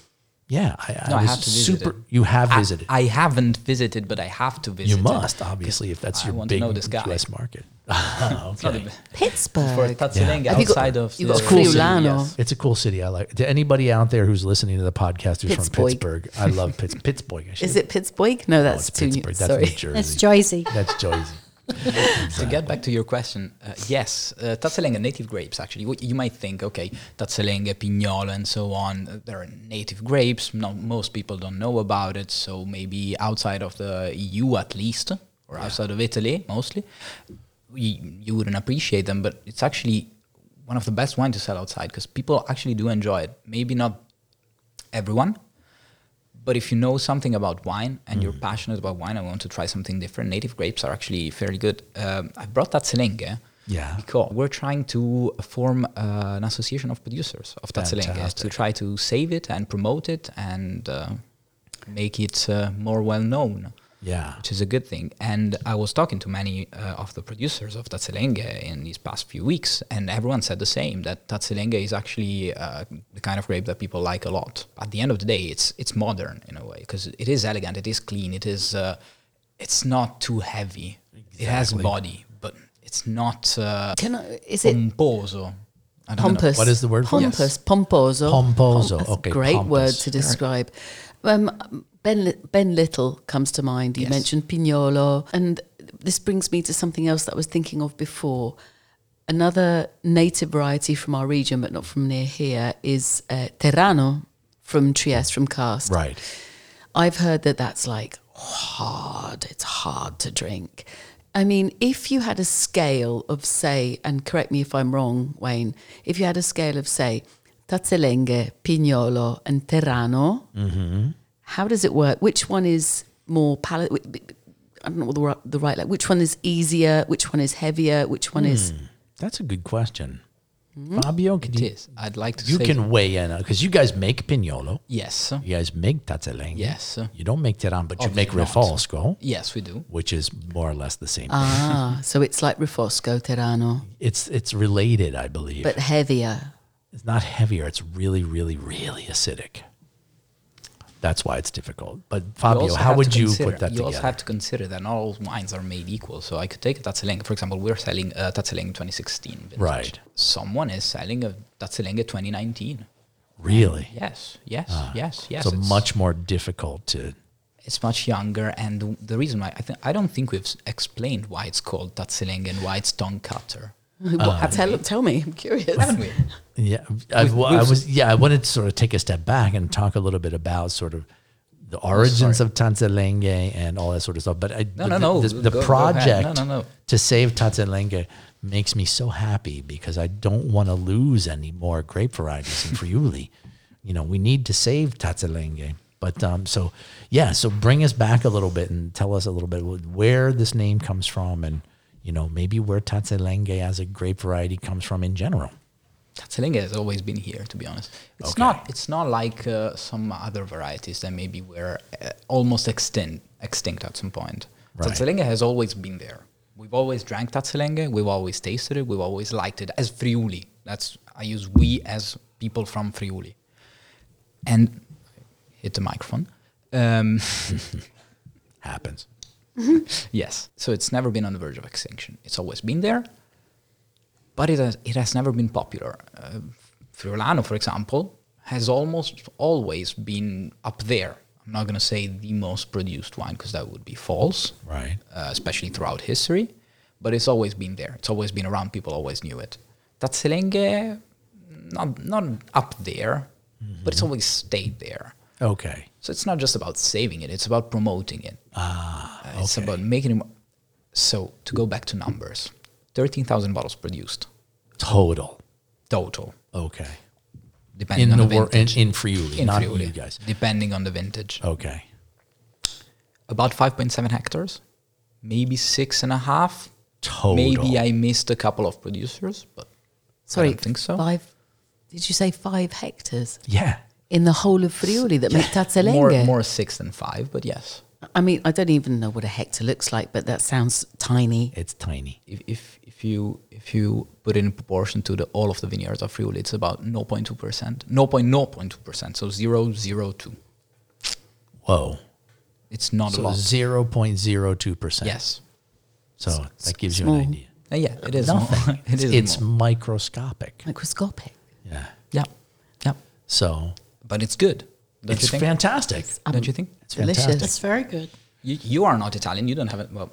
yeah, I, I
No, I
was
have to visit
super.
it.
You have
I-
visited.
I, haven't visited, but I have to visit.
you
it.
must, obviously, if that's
I
your
want to
big
know this guy.
U.S. market.
It's not a
okay.
bit- For
Pittsburgh.
Tatzeling
Have you got-
outside of
you
the
got Friulano.
city, yes.
It's a cool city. I like. To anybody out there who's listening to the podcast who's from
Pittsburgh.
Pittsburgh, I love Pitts, Pittsburgh. I should-
Is it Pittsburgh? No,
No,
that's
Oh, it's
too new.
Pittsburgh. That's
Sorry.
New Jersey.
It's Joycey.
That's Jersey.
To get back to your question, uh, yes, uh, Tatzeling are native grapes, actually. What- You might think, okay, Tatzeling, Pignolo, and so on, uh, they're native grapes. Not, most people don't know about it, so maybe outside of the EU at least, or outside of Italy mostly, you, you wouldn't appreciate them, but it's actually one of the best wine to sell outside because people actually do enjoy it. Maybe not everyone, but if you know something about wine and
Mm.
you're passionate about wine and want to try something different, native grapes are actually fairly good. Um, I brought that Selenge. eh?
Yeah.
Because we're trying to form uh, an association of producers of Tatzelenga to
Fantastic.
try to save it and promote it and uh, make it uh, more well known
Yeah.
which is a good thing. And I was talking to many uh, of the producers of Tatzelenge in these past few weeks, and everyone said the same that Tatzelenge is actually uh, the kind of grape that people like a lot. At the end of the day, it's it's modern in a way because it is elegant, it is clean, it is uh, it's not too heavy. It has body, but it's not uh,
Can I, is it
pomposo. I don't know.
pompous?
What is the word for it?
Pompous. Pomposo.
Pomposo,
That's a
okay,
Great word
pompous.
to describe. Um, ben, Li- ben Little comes to mind. You
Yes.
mentioned Pignolo. And this brings me to something else that I was thinking of before. Another native variety from our region, but not from near here, is uh, Terrano from Trieste, from Cast.
Right.
I've heard that that's like hard. It's hard to drink. I mean, if you had a scale of, say, and correct me if I'm wrong, Wayne, if you had a scale of, say, Tazzelenghe, Pignolo, and Terrano, how does it work? Which one is more palate? I don't know what the, ri- the right, like, which one is easier? Which one is heavier? Which one is.
That's a good question.
Mm-hmm.
Fabio, can
It
you,
is. I'd like to
you
say
can weigh in because you guys make pignolo.
yes.
You guys make tazzalenghi.
Yes.
You don't make tiran,
Oh,
but you
Obviously
make
not.
refosco,
Yes, we do.
which is more or less the same.
Ah, so it's like Rifosco, Terrano,
it's it's related, I believe.
but heavier.
it's not heavier. It's really, really, really acidic. That's why it's difficult. But
You
Fabio,
also
how
have
would
to
you
consider-
put that
you
together?
also have to consider that not all wines are made equal. So I could take a Tatzeling. For example, we're selling a Tatzeling 2016. vintage.
Right.
Someone is selling a Tatzeling 2019.
really?
Yes, yes, yes, yes.
Ah. so much more difficult to.
It's much younger, and the- the reason why I think I don't think we've s- explained why it's called Tatzeling and why it's tongue cutter.
What tell, tell me, I'm curious.
Haven't we?
Yeah, I,
We've-
well, I
we've-
was. Yeah, I wanted to sort of take a step back and talk a little bit about sort of the origins of Tanzelenge and all that sort of stuff. But I, but
Oh, no,
the,
no,
this-
go-
the
go ahead.
project
No, no, no.
to save Tanzelenge makes me so happy because I don't want to lose any more grape varieties in Friuli. You know, we need to save Tanzelenge. But um, so yeah, so bring us back a little bit and tell us a little bit where this name comes from and you know maybe where Tanzelenge as a grape variety comes from in general.
Tatzelinge has always been here, to be honest. It's
Okay.
not. It's not like uh, some other varieties that maybe were uh, almost extinct, extinct at some point.
Right.
Tatzelinge has always been there. We've always drank Tatzelinge. We've always tasted it. We've always liked it as Friuli. That's I use we as people from Friuli. And hit the microphone. Um,
Happens.
Yes. So it's never been on the verge of extinction. It's always been there, but it has, it has never been popular. Uh, Friulano, for example, has almost always been up there. I'm not going to say the most produced wine because that would be false,
Right.
uh, especially throughout history, but it's always been there. It's always been around. People always knew it. Tatzelenge, not, not up there, but it's always stayed there.
Okay.
So it's not just about saving it; it's about promoting it. Ah, it's
okay.
about making it. More. So to go back to numbers, thirteen thousand bottles produced
Total.
total,
Okay.
depending
In
on
the
the,
wor- in,
vintage.
in Friuli, not
Friuli,
you guys.
depending on the vintage.
Okay.
About five point seven hectares, maybe six and a half.
Total.
Maybe I missed a couple of producers, but
Sorry, uh,
I don't think so.
Five, did you say five hectares
Yeah.
in the whole of Friuli that make Tazzelenge?
More, more six than five, but yes.
I mean, I don't even know what a hectare looks like, but that sounds tiny.
It's tiny.
If, if, if you if you put it in proportion to the all of the vineyards of Friuli, it's about 0.2 percent, 0.0.2 percent, so 0.02.
Whoa.
It's not a
So
lot.
0.02%.
Yes,
So that gives you
small.
an idea.
Uh, yeah, it is.
Nothing.
More. it is.
it's
more.
microscopic.
Microscopic.
Yeah.
yeah, yeah,
So
but it's good. Don't
it's
you think?
fantastic.
Don't you think?
It's
Delicious.
fantastic.
That's very good.
You, you are not Italian. You don't have it. Well,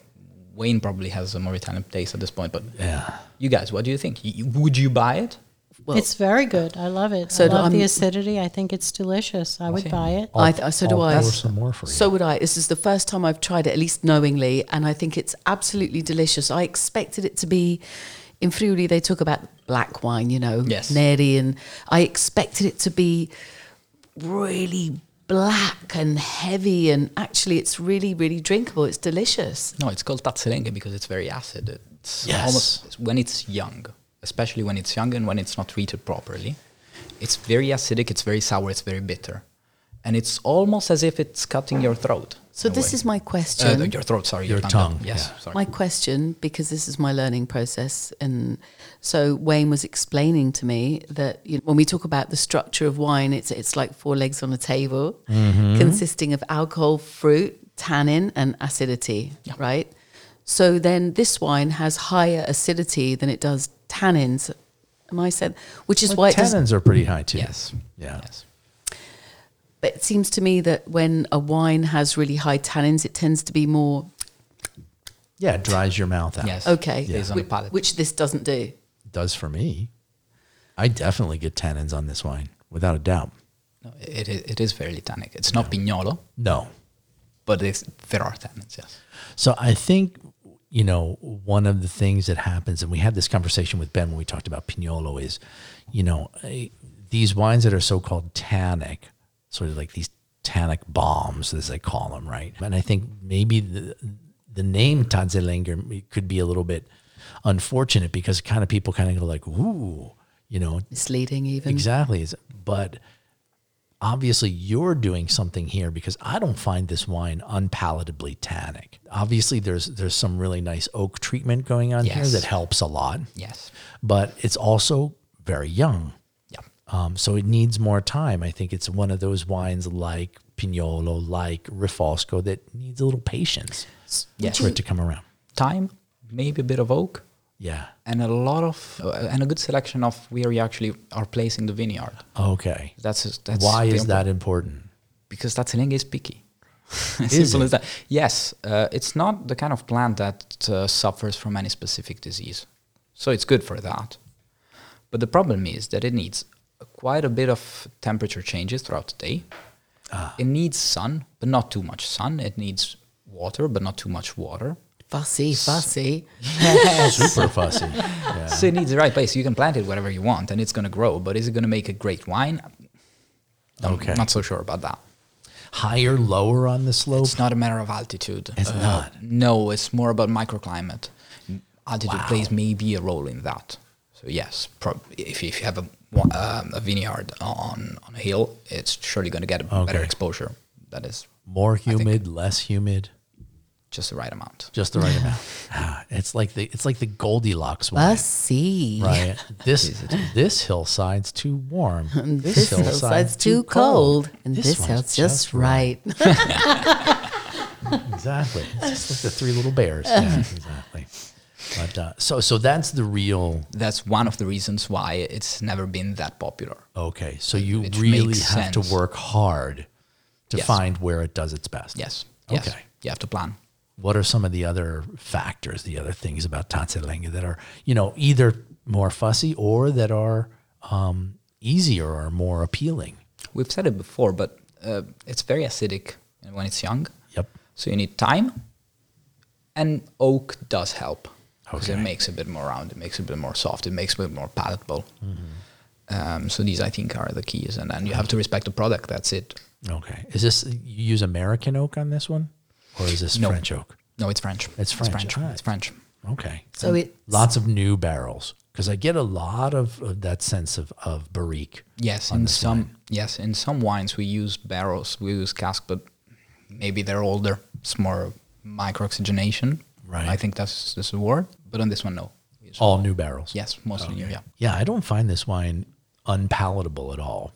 Wayne probably has a more Italian taste at this point. But
Yeah.
you guys, what do you think? You, you- would you buy it?
Well-
it's very good. I love it.
So
I
do
love the
I'm-
acidity. I think it's delicious. I would
Okay.
buy it.
I th- so do
I'll
I.
Pour some more for you.
So would I. This is the first time I've tried it, at least knowingly, and I think it's absolutely delicious. I expected it to be in Friuli. They talk about black wine, you know,
Yes.
Neri, and I expected it to be really black and heavy, and actually, it's really, really drinkable. It's delicious.
No, it's called Tatzelenge because it's very acid. It's
Yes.
almost when it's young, especially when it's young and when it's not treated properly. It's very acidic, it's very sour, it's very bitter. And it's almost as if it's cutting your throat.
So
in a
this
way.
is my
Uh,
question.
your throat, sorry.
Your tongue,
Yes,
yeah.
sorry.
My question, because this is my learning process, and so Wayne was explaining to me that you know, when we talk about the structure of wine, it's it's like four legs on a table,
Mm-hmm.
consisting of alcohol, fruit, tannin, and acidity, right? So then this wine has higher acidity than it does tannins. Am I said? Which is
Well,
why it does,
tannins are pretty high too.
Yes.
Yeah.
Yes.
but it seems to me that when a wine has really high tannins, it tends to be more
Yeah. It dries your mouth out.
Yes.
okay,
Stays on the
whi-
palate.
which this doesn't do.
does for me. I definitely get tannins on this wine without a doubt.
No, it, i- it is very tannic. It's not pignolo,
No.
but it's, there are tannins, yes.
So I think you know, one of the things that happens, and we had this conversation with Ben when we talked about Pignolo, is, you know, eh, these wines that are so called tannic, sort of like these tannic bombs, as they call them, right? And I think maybe the, the name Tanzelinger could be a little bit unfortunate because kind of people kind of go like, ooh, you know,
misleading even.
Exactly. Is- But obviously, you're doing something here because I don't find this wine unpalatably tannic. Obviously, there's there's some really nice oak treatment going on
Yes.
here that helps a lot.
Yes.
But it's also very young.
Yeah.
Um, so it needs more time. I think it's one of those wines like Pignolo, like Rifosco, that needs a little patience
Yes.
for it to come around.
Time, maybe a bit of oak,
Yeah.
and a lot of uh, and a good selection of where you actually are placing the vineyard.
Okay.
That's that's
Why
the
is
impor-
that important?
Because Tatzelinga is picky. As
Is
Simple
it?
as that. Yes, uh, it's not the kind of plant that uh, suffers from any specific disease, so it's good for that. But the problem is that it needs quite a bit of temperature changes throughout the day.
Ah.
It needs sun, but not too much sun. It needs water, but not too much water.
Fussy, fussy.
Super fussy. Yeah.
So it needs the right place. You can plant it wherever you want, and it's going to grow. But is it going to make a great wine? I'm
Okay.
not so sure about that.
Higher, lower on the slope.
It's not a matter of altitude. Uh,
It's not.
No, it's more about microclimate. Altitude plays maybe a role in that. So yes, prob- if, if you have a, wa- um, a vineyard on, on a hill, it's surely going to get a better
Okay.
exposure. That is
more
think-
humid, less humid,
just the right amount.
just the right amount. Ah, It's like the it's like the Goldilocks wine,
Fussy.
right? This this hillside's too warm. This,
This hillside's too cold. And this,
one's
hill's just right.
Exactly. It's just like the three little bears. Yeah, exactly. But uh, so so that's the real.
That's one of the reasons why it's never been that popular.
Okay, so you
Which
really
makes
have
sense.
to work hard to
Yes.
find where it does its best.
Yes. yes.
Okay.
You have to plan.
what are some of the other factors, the other things about Tanzilanga that are, you know, either more fussy or that are um, easier or more appealing?
We've said it before, but uh, it's very acidic when it's young.
Yep.
So you need time, and oak does help because it
Okay.
makes it a bit more round, it makes it a bit more soft, it makes it a bit more palatable. Um, so these, I think, are the keys, and then you have to respect the product. That's it.
Okay. Is this, you use American oak on this one or is this
No.
French oak?
No, it's French.
It's
It's
French,
French.
alright.
It's French.
Okay.
So it's
Lots of new barrels because I get a lot of, of that sense of, of barrique.
Yes,
on
in
this
some
wine.
yes, in some wines we use barrels, we use cask, but maybe they're older. It's more micro oxygenation.
Right.
I think that's that's the word. But on this one, no. It's-
All new barrels.
Yes, mostly new. Yeah.
Yeah. I don't find this wine unpalatable at all.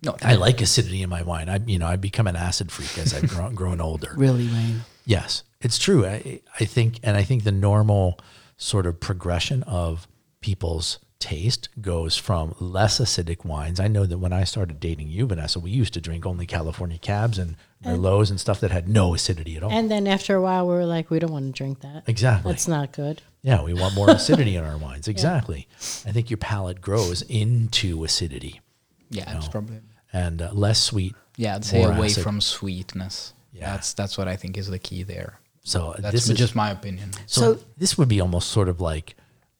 No,
I like acidity in my wine. I, you know, I've become an acid freak as I've grown, grown older.
really Wayne.
Yes, it's true. I, I think, and I think the normal sort of progression of people's taste goes from less acidic wines. I know that when I started dating you, Vanessa, we used to drink only California cabs and Merlots and stuff that had no acidity at all.
And then after a while, we were like, we don't want to drink that.
exactly.
That's not good.
yeah, we want more acidity in our wines. Exactly. I think your palate grows into acidity
yeah, it's probably
and uh, less sweet.
Yeah, I'd say
more
away
acid.
from sweetness.
Yeah.
That's that's what I think is the key there.
So
That's
this is
just my opinion.
So,
So-
this would be almost sort of like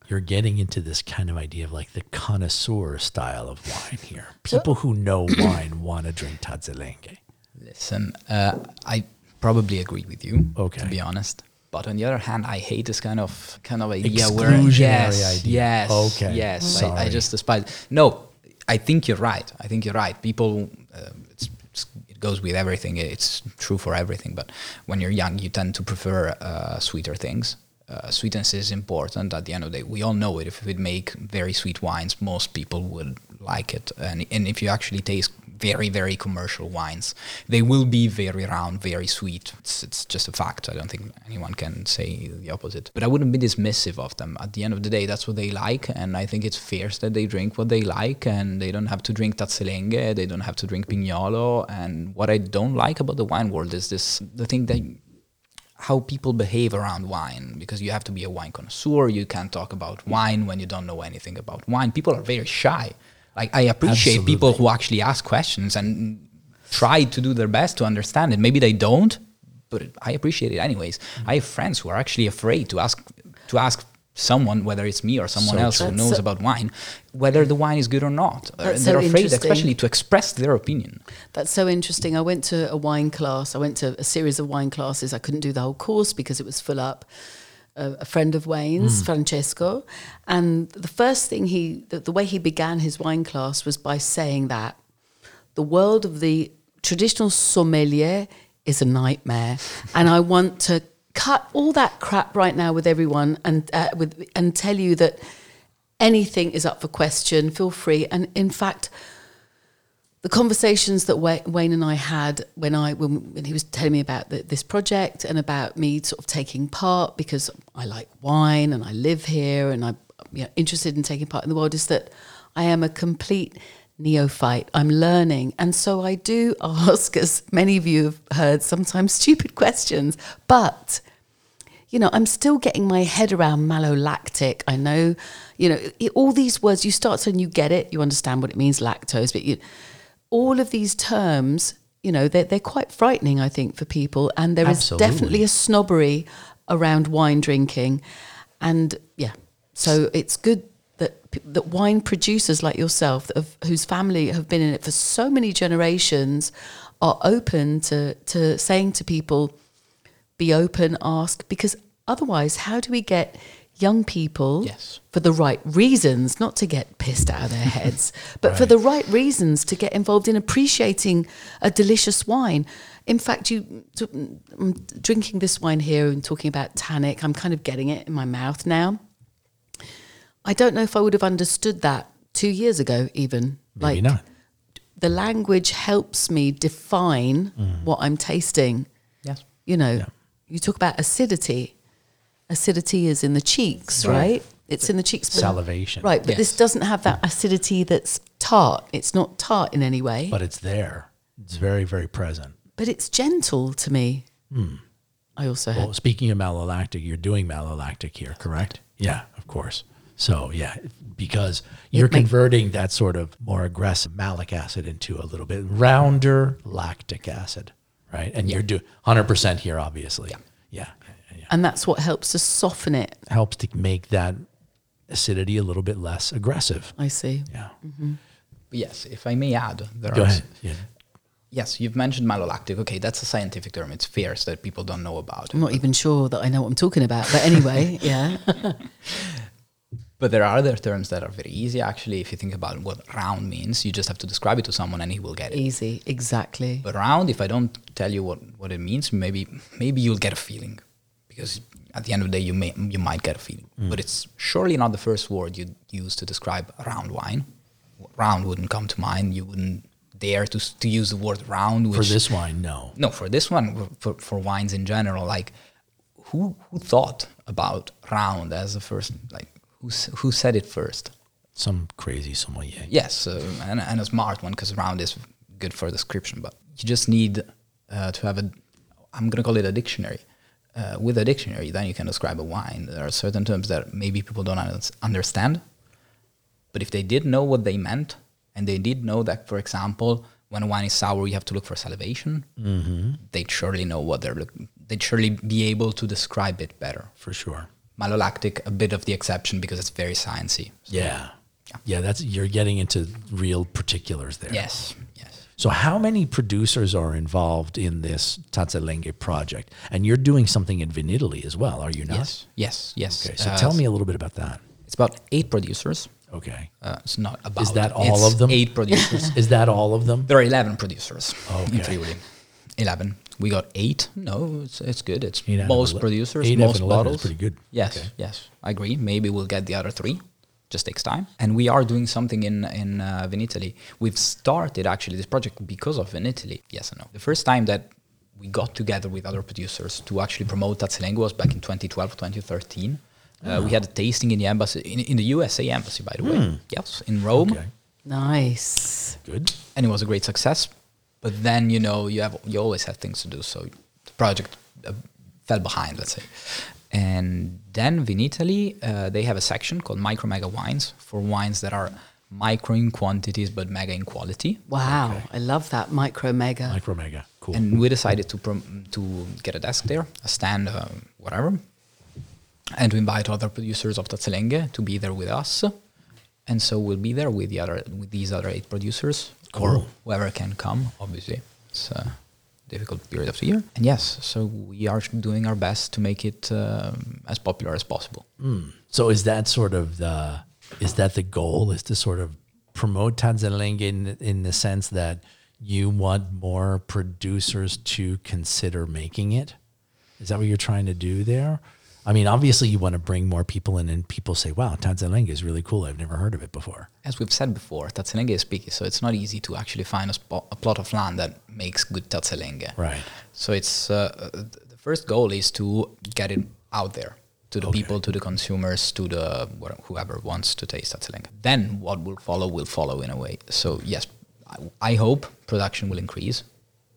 you're getting into this kind of idea of like the connoisseur style of wine here. People who know wine want to drink Tazzelenge.
Listen, uh, I probably agree with you.
Okay.
To be honest. But on the other hand, I hate this kind of kind of idea where
Exclusionary
yes,
idea.
yes,
Okay,
yes. I, I
sorry.
just despise. No, I think you're right. I think you're right. People, uh, it's, it's, it goes with everything. It's true for everything. But when you're young, you tend to prefer uh, sweeter things. Uh, sweetness is important. At the end of the day, we all know it. If we make very sweet wines, most people would like it. And and if you actually taste very very commercial wines, they will be very round, very sweet. It's, it's just a fact. I don't think anyone can say the opposite. But I wouldn't be dismissive of them. At the end of the day, that's what they like, and I think it's fierce that they drink what they like, and they don't have to drink Tazzelenge, they don't have to drink Pignolo. And what I don't like about the wine world is this the thing that how people behave around wine because you have to be a wine connoisseur. You can't talk about wine when you don't know anything about wine. People are very shy. Like I appreciate people who actually ask questions and try to do their best to understand it. Maybe they don't, but it, I appreciate it anyways.
Mm-hmm.
I have friends who are actually afraid to ask to ask someone, whether it's me or someone
So
else who
true.
knows
So-
about wine, whether the wine is good or not. Uh,
That's so
They're afraid,
interesting.
especially, to express their opinion.
That's so interesting. I went to a wine class. I went to a series of wine classes. I couldn't do the whole course because it was full up. A, a friend of Wayne's, Francesco, and the first thing he, the, the way he began his wine class was by saying that the world of the traditional sommelier is a nightmare, and I want to cut all that crap right now with everyone and uh, with and tell you that anything is up for question. Feel free, and in fact the conversations that Wa- Wayne and I had when I when, when he was telling me about the, this project and about me sort of taking part because I like wine and I live here and I'm you know, interested in taking part in the world is that I am a complete neophyte. I'm learning, and so I do ask, as many of you have heard, sometimes stupid questions, but you know, I'm still getting my head around malolactic. I know, you know, it, all these words, you start saying you get it, you understand what it means, lactose, but you, all of these terms, you know, they're, they're quite frightening, I think, for people. And there is
Absolutely.
definitely a snobbery around wine drinking. And yeah, so it's good that, p- that wine producers like yourself, that have, whose family have been in it for so many generations, are open to, to saying to people, be open, ask, because otherwise, how do we get young people
Yes.
for the right reasons, not to get pissed out of their heads, but for the right reasons to get involved in appreciating a delicious wine? In fact, you I'm drinking this wine here and talking about tannic. I'm kind of getting it in my mouth now. I don't know if I would have understood that two years ago, even
Maybe not.
the language helps me define what I'm tasting
Yes.
you know, you talk about acidity. Acidity is in the cheeks, right? It's in the cheeks. but-
Salivation.
Right, but this
Yes.
doesn't have that acidity that's tart. It's not tart in any way, but,
But it's there. It's very, very present.
it's gentle to me. I also had
Well, speaking of malolactic, you're doing malolactic here, correct? Yeah, of course. So yeah, because you're converting that sort of more aggressive malic acid into a little bit rounder lactic acid, right? And you're doing 100% here, obviously. Yeah. yeah. yeah.
and that's what helps to soften it.
Helps to make that acidity a little bit less aggressive.
I see.
Yeah.
Yes, if I may add, there
Go
are
ahead. Yeah.
Yes, you've mentioned malolactic. Okay, that's a scientific term. It's fierce that people don't know about.
I'm not even sure that I know what I'm talking about, but anyway, yeah.
But there are other terms that are very easy, actually. If you think about what round means, you just have to describe it to someone and he will get it.
Easy, exactly.
But round, if I don't tell you what, what it means, maybe maybe you'll get a feeling, because at the end of the day, you may you might get a feeling.
Mm.
But it's surely not the first word you'd use to describe a round wine. Round wouldn't come to mind. You wouldn't dare to s- to use the word round. Which,
For this wine, no.
no, for this one, for, for wines in general, like who who thought about round as the first? Like who s- who said it first?
Some crazy sommelier.
Yes, uh, and, and a smart one because round is good for description, but you just need uh, to have a. I'm gonna call it a dictionary. Uh, with a dictionary, then you can describe a wine. There are certain terms that maybe people don't un- understand, but if they did know what they meant, and they did know that, for example, when a wine is sour, you have to look for salivation,
Mm-hmm.
they'd surely know what they're looking. They'd surely be able to describe it better.
For sure.
Malolactic, a bit of the exception because it's very sciencey.
Yeah. Yeah, that's you're getting into real particulars there.
Yes, yes.
So, how many producers are involved in this Tazzelenge project? And you're doing something in Vinitaly as well, are you not?
Yes, yes, yes.
Okay, so
Uh,
tell me a little bit about that.
It's about eight producers.
Okay.
Uh, it's not about.
that all
it's
of them?
Eight producers.
Is that all of them?
there are eleven producers
Okay.
in Friuli. Eleven. We got eight. No, it's it's good. It's
Eight out of
most
ele-
producers,
eight out of
most
11 is
bottles.
pretty good.
Yes,
Okay.
yes, I agree. Maybe we'll get the other three. Just takes time. And we are doing something in in uh, Vinitaly. We've started actually this project because of Vinitaly. Yes and no. The first time that we got together with other producers to actually promote Tatsilengua was back in 2012, 2013. Uh,
Ah.
we had a tasting in the embassy, in, in the USA embassy, by the way. Yes, in Rome
Hmm. Okay.
Nice.
Good.
and it was a great success. But then you know you have you always have things to do, so the project uh, fell behind, let's say. And then Vinitaly, uh, they have a section called micro mega wines for wines that are micro in quantities but mega in quality.
Wow. I love that micro mega.
Micro mega. Cool.
And we decided to prom- to get a desk there, a stand, uh, whatever, and to invite other producers of Tatzelenge to be there with us. And so we'll be there with the other with these other eight producers or
Cool.
whoever can come. Obviously, it's a difficult period of the year. And yes, so we are doing our best to make it um, as popular as possible.
So is that sort of the is that the goal? Is to sort of promote Tanzanlenge in in the sense that you want more producers to consider making it? Is that what you're trying to do there? I mean, obviously you want to bring more people in, and people say, "Wow, Tanzanlenge is really cool. I've never heard of it before."
as we've said before, Tatzelenge is picky, so it's not easy to actually find a, spot, a plot of land that makes good Tatzelenge.
Right.
So it's uh, uh, the first goal is to get it out there to the
Okay.
people, to the consumers, to the wha- whoever wants to taste Tatzelenge. Then what will follow will follow in a way. So yes, I, I hope production will increase.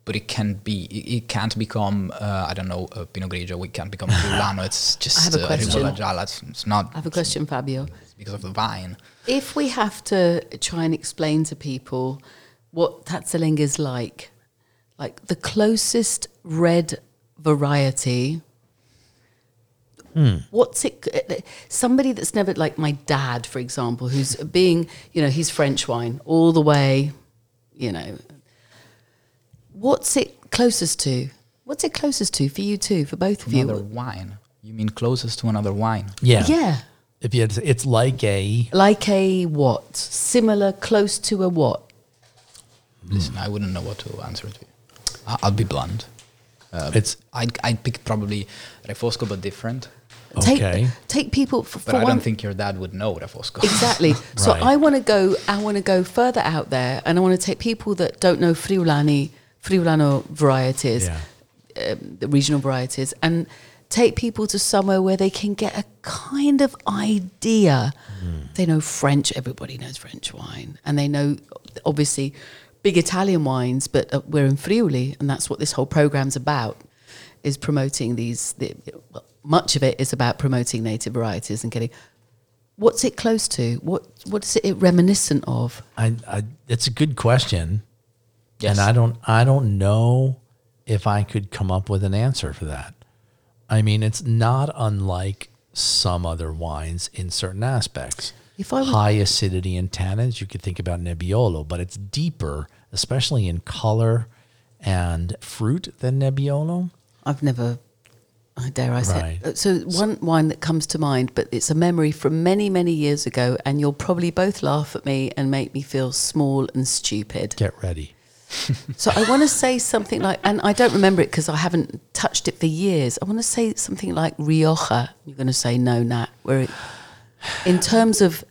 But it can be, it it can't become, uh, I don't know, uh, Pinot Grigio. It can't become Fulano. It's just
have a
uh,
question.
Rivola Gialla. It's, it's not
I have a question, Fabio.
it's because of the vine.
If we have to try and explain to people what Tatzeling is like, like the closest red variety, what's it? Somebody that's never, like my dad, for example, who's being, you know, he's French wine all the way, you know. What's it closest to? What's it closest to for you two, for both of
Another
you? Mm-hmm.
wine. You mean closest to another wine?
Yeah.
Yeah.
If you, had to- it's like a
Like a what? Similar, close to a what?
Listen, I wouldn't know what to answer to. you. I- I'll be blunt.
it's
I'd, I'd pick probably Refosco, but different.
Okay.
Take take people for,
But
for
I
one
don't think your dad would know Refosco.
exactly. So
Right.
I want to go. I want to go further out there, and I want to take people that don't know Friulani, Friulano varieties,
yeah.
um, the regional varieties, and take people to somewhere where they can get a kind of idea.
Hmm.
They know French. Everybody knows French wine, and they know obviously big Italian wines. But uh, we're in Friuli, and that's what this whole program's about. Is promoting these. The, well, much of it is about promoting native varieties and getting. What's it close to? What what is it reminiscent of?
I, I it's a good question.
Yes.
And I don't I don't know if I could come up with an answer for that. I mean, it's not unlike some other wines in certain aspects.
If I were-
High acidity and tannins, you could think about Nebbiolo, but it's deeper, especially in color and fruit than Nebbiolo.
I've never, I dare I say.
Right.
uh, So one wine that comes to mind, but it's a memory from many, many years ago, and you'll probably both laugh at me and make me feel small and stupid.
Get ready.
So I want to say something like, and I don't remember it because I haven't touched it for years. I want to say something like Rioja. You're going to say no, Nat. Where it, in terms of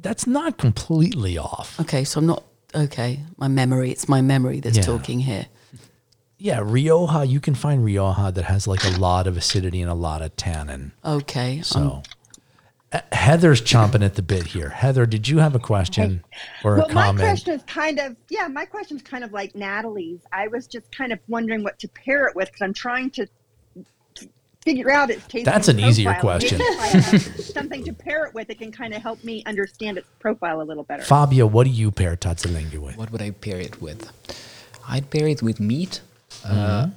That's not completely off.
okay, so I'm not okay. My memory, it's my memory that's
Yeah.
talking here.
Yeah, Rioja, you can find Rioja that has like a lot of acidity and a lot of tannin.
Okay, I'm
So Uh, Um, Heather's chomping at the bit here. Heather, did you have a question or
well,
a
my
comment?
question is kind of yeah. My question is kind of like Natalie's. I was just kind of wondering what to pair it with because I'm trying to figure out its taste.
That's
and
an easier
profile. Maybe
question.
if I have something to pair it with, it can kind of help me understand its profile a little better.
Fabio, what do you pair Tatzelinga with?
What would I pair it with? I'd pair it with meat, uh,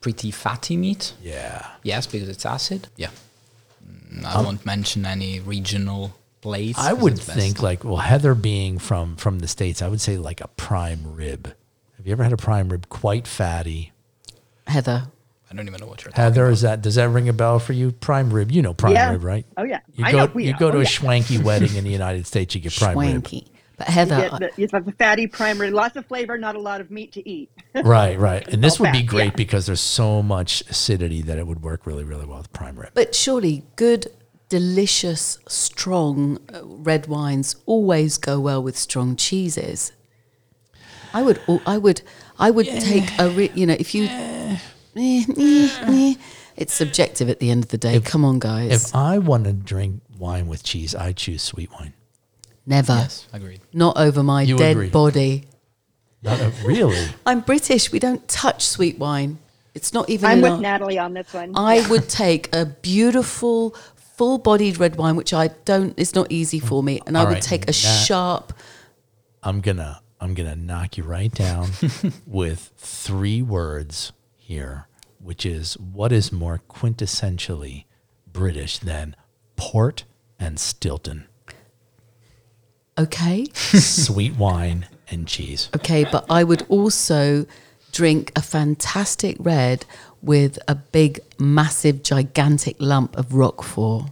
pretty fatty meat.
Mm-hmm. Yeah.
Yes, because it's acid. Yeah. Mm, I won't mention any regional place.
Um, I
'cause
would
it's best.
think like well, Heather being from from the states, I would say like a prime rib. Have you ever had a prime rib quite fatty?
Heather.
I don't even know what you're talking
Heather, is that does that ring a bell for you? Prime rib, you know prime
Yeah.
rib, right?
Oh, yeah.
You
I
go
know we
you
are.
go to
Oh,
a
yeah.
swanky wedding in the United States, you get prime
Swanky. But Heather,
Get
I-
the, you have a fatty primary, lots of flavor, not a lot of meat to eat.
rib. Right, right. And this
all
would be
Oh, fat,
great
yeah.
because there's so much acidity that it would work really, really well with prime rib.
But surely good, delicious, strong uh, red wines always go well with strong cheeses. I would, al- I would, I would take a, re- you know, if you, Eh, eh, eh. it's subjective at the end of the day. Come on, guys,
If I want to drink wine with cheese, I choose sweet wine.
never,
Yes, agreed.
not over my
You
dead
agree.
body.
Not a- really?
I'm British. We don't touch sweet wine. It's not even.
I'm
in
with
our-
Natalie on this one.
I would take a beautiful, full bodied red wine, which I don't, it's not easy for me. And I
All
would
right,
take a
Nat.
sharp,
I'm gonna I'm going to knock you right down with three words here, which is what is more quintessentially British than port and Stilton?
Okay.
Sweet wine and cheese.
Okay, but I would also drink a fantastic red with a big, massive, gigantic lump of Roquefort.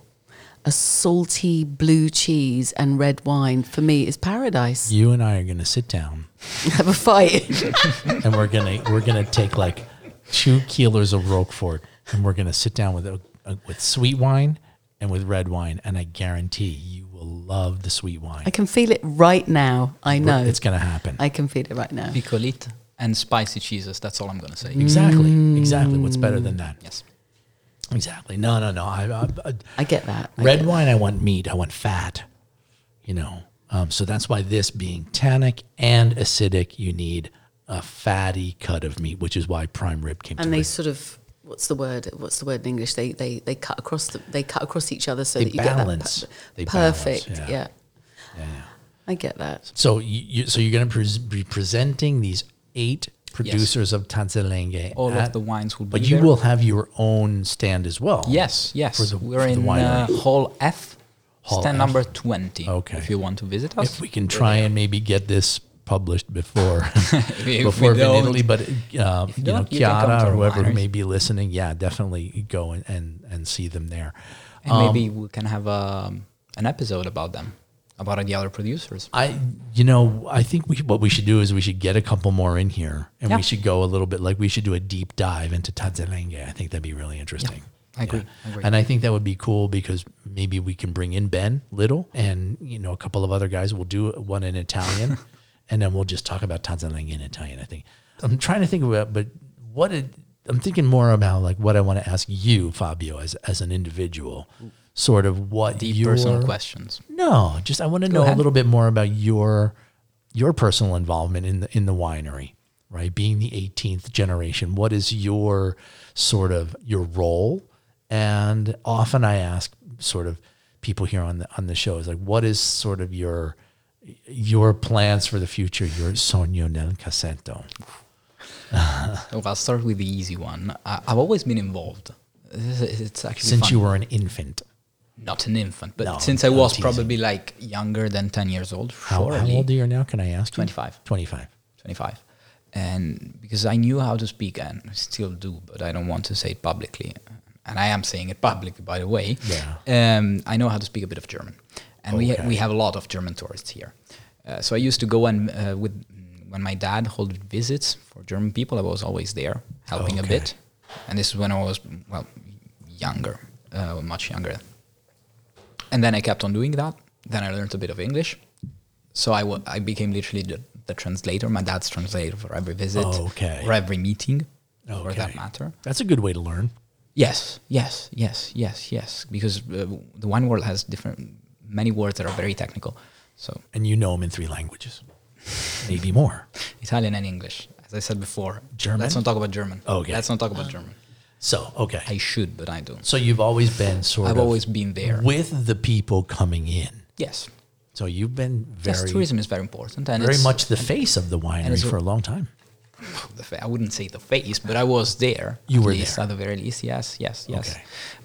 A salty blue cheese and red wine for me is paradise.
You and I are going to sit down
Have a fight.
and we're gonna we're gonna take like two kilos of Roquefort, and we're gonna sit down with a, a- with sweet wine and with red wine, and I guarantee you will love the sweet wine.
I can feel it right now. I know.
it's gonna happen.
I can feel it right now.
Picolit and spicy cheeses. That's all I'm gonna say.
exactly, exactly. What's better than that?
Yes.
Exactly. No, no, no. I, I, I,
I get that. I
red
get
wine, I want meat. I want fat. You know. Um, so that's why this being tannic and acidic, you need a fatty cut of meat, which is why prime rib came. to
and they
mind.
sort of what's the word what's the word in english they they, they cut across the, they cut across each other so
They
that you
balance.
get that
They balance,
perfect
yeah.
yeah. i get that
So you, you so you're going to pres be presenting these eight producers of Tanzelenge.
All of the wines will
But
be
you
there.
will have your own stand as well.
Yes, yes.
For the-
We're
for the
in uh,
winery.
Hall F,
Hall
stand
F.
number 20.
Okay.
If you want to visit us.
If we can try and maybe get this published before
we
before in
don't-
Italy, but uh,
If
you
you
know,
don't, you can come to
Chiara or
our
whoever
winery.
may be listening, yeah, definitely go and and, and see them there.
and maybe we can have um, an episode about them, about the other producers.
I, you know, I think we what we should do is we should get a couple more in here, and
Yeah.
we should go a little bit like we should do a deep dive into Tanzania. I think that'd be really interesting.
I agree, I agree.
and I think that would be cool because maybe we can bring in Ben Little and you know a couple of other guys. We'll do one in Italian, and then we'll just talk about Tanzania in Italian. I think I'm trying to think about, but what did, I'm thinking more about like what I want to ask you, Fabio, as as an individual, sort of what
The
your
personal questions.
no, just I want to know a
ahead.
little bit more about your your personal involvement in the in the winery, right? Being the 18th generation, what is your sort of your role? And often I ask sort of people here on the on the show is like what is sort of your your plans for the future, your sogno nel cassetto.
Well, I'll start with the easy one. I, I've always been involved. This is- It's actually
Since
fun.
you were an infant,
not an infant, but
No,
since I
I'm
was
teasing.
probably like younger than 10 years old,
how,
surely.
how old are you now? Can I ask? you?
25.
25.
25 and because i knew how to speak and I still do but i don't want to say it publicly and i am saying it publicly by the way
Yeah.
um, i know how to speak a bit of german and
Okay.
we, we have a lot of german tourists here uh, so i used to go and uh, with when my dad held visits for german people i was always there helping a
Okay.
bit and this is when i was well younger uh, much younger and then I kept on doing that. Then I learned a bit of English. So I wa- I became literally the, the translator, my dad's translator for every visit
Okay.
or every meeting for that
Okay.
matter.
That's a good way to learn.
Yes, yes, yes, yes, yes. Because uh, the wine world has different, many words that are very technical. So
And you know them in three languages, maybe more.
Italian and English, as I said before.
German?
Let's not talk about German.
Okay. Uh-huh.
Let's not talk about German.
So, okay.
I should, but I don't.
So you've always been sort
I've
of
always been there.
with the people coming in.
Yes.
So you've been
Yes,
very
tourism is very important. And
very
it's-
much the face of the winery
it's-
for a long time.
the fa- I wouldn't say the face, but I was there.
You
at
were
least,
there.
at the very least. Yes, yes, yes.
Okay.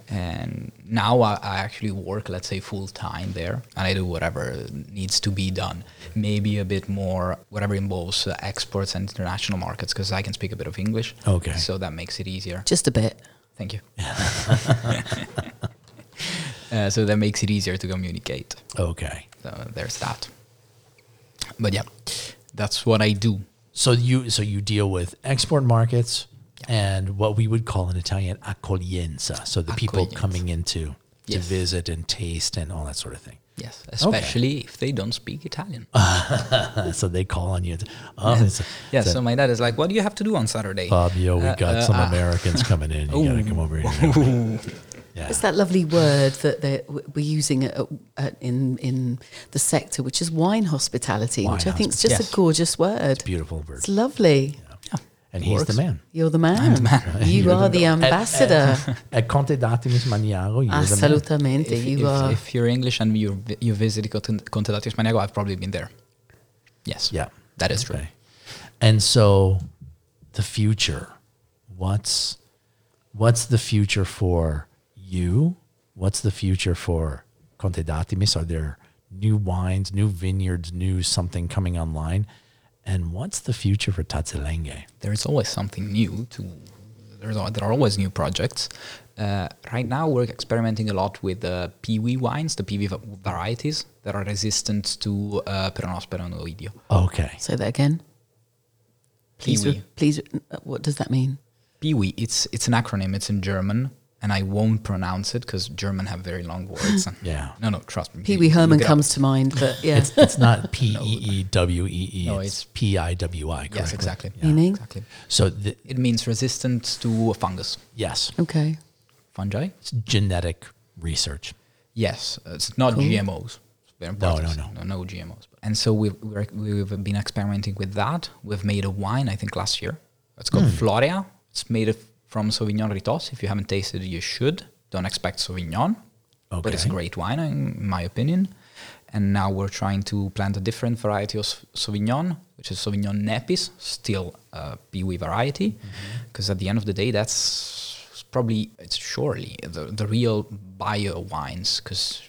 And now I, I actually work, let's say, full time there, and I do whatever needs to be done. Maybe a bit more, whatever involves uh, exports and international markets, because I can speak a bit of English.
Okay.
So that makes it easier.
just a bit
Thank you. uh, so that makes it easier to communicate.
Okay.
So there's that. But yeah, that's what I do.
So you so you deal with export markets and what we would call in Italian accoglienza. So the people
Accoglienza.
coming into to
Yes.
visit and taste and all that sort of thing.
Yes, especially if they don't speak Italian.
Uh, so they call on you. Oh, it's,
Yeah,
it's a-
so my dad is like, "What do you have to do on Saturday?"
Fabio, we
Uh,
got
uh,
some
ah.
Americans coming in. You got to come over here. Yeah.
it's that lovely word that they- w- we're using at, at, in in the sector which is wine hospitality
Wine
which i think is
hospi-
just
yes.
a gorgeous word
Beautiful bird.
it's lovely
And he's the
works.
man.
you're the man, you are the ambassador
At Conte d'Artemis Maniago, you're the man.
absolutamente
if,
you uh,
if-
are
if you're English and you you visit Conte Conte da Tismaniago, I've probably been there. Yes.
Yeah.
That is true.
Okay. And so the future. What's what's the future for you? What's the future for Conte d'Artemis? Are there new wines, new vineyards, new something coming online? And what's the future for Tatzelenge?
there is always something new to there's, al- there are always new projects uh, right now we're experimenting a lot with uh, peewee wines the peewee va- varieties that are resistant to uh, peronospora and oidio
Okay.
Say that again. Please,
peewee
re- please. re- uh, What does that mean?
peewee it's it's an acronym it's in german and I won't pronounce it because German have very long words.
Yeah.
No, no, trust me.
Pee
You-
Wee
you
Herman
look it up.
comes to mind, but yeah,
It's, it's not P E E W E E.
No,
It's
it's-
P I W I.
Yes, exactly.
Meaning?
Exactly.
So the,
It means resistant to fungus,
yes,
okay.
fungi.
it's genetic research.
Yes, uh, it's not GMOs. They're
No,
products.
no, no.
no, GMOs. And so we've we're, we've been experimenting with that. We've made a wine, I think, last year. It's called
Hmm.
Floria. It's made of- from Sauvignon Ritos. If you haven't tasted, it, you should. Don't expect Sauvignon, but it's a
Okay.
great wine in my opinion. And now we're trying to plant a different variety of Sau- Sauvignon, which is Sauvignon Nepis, still uh, a Peewee variety, because at the end of the day, that's probably it's surely the, the real bio wines, because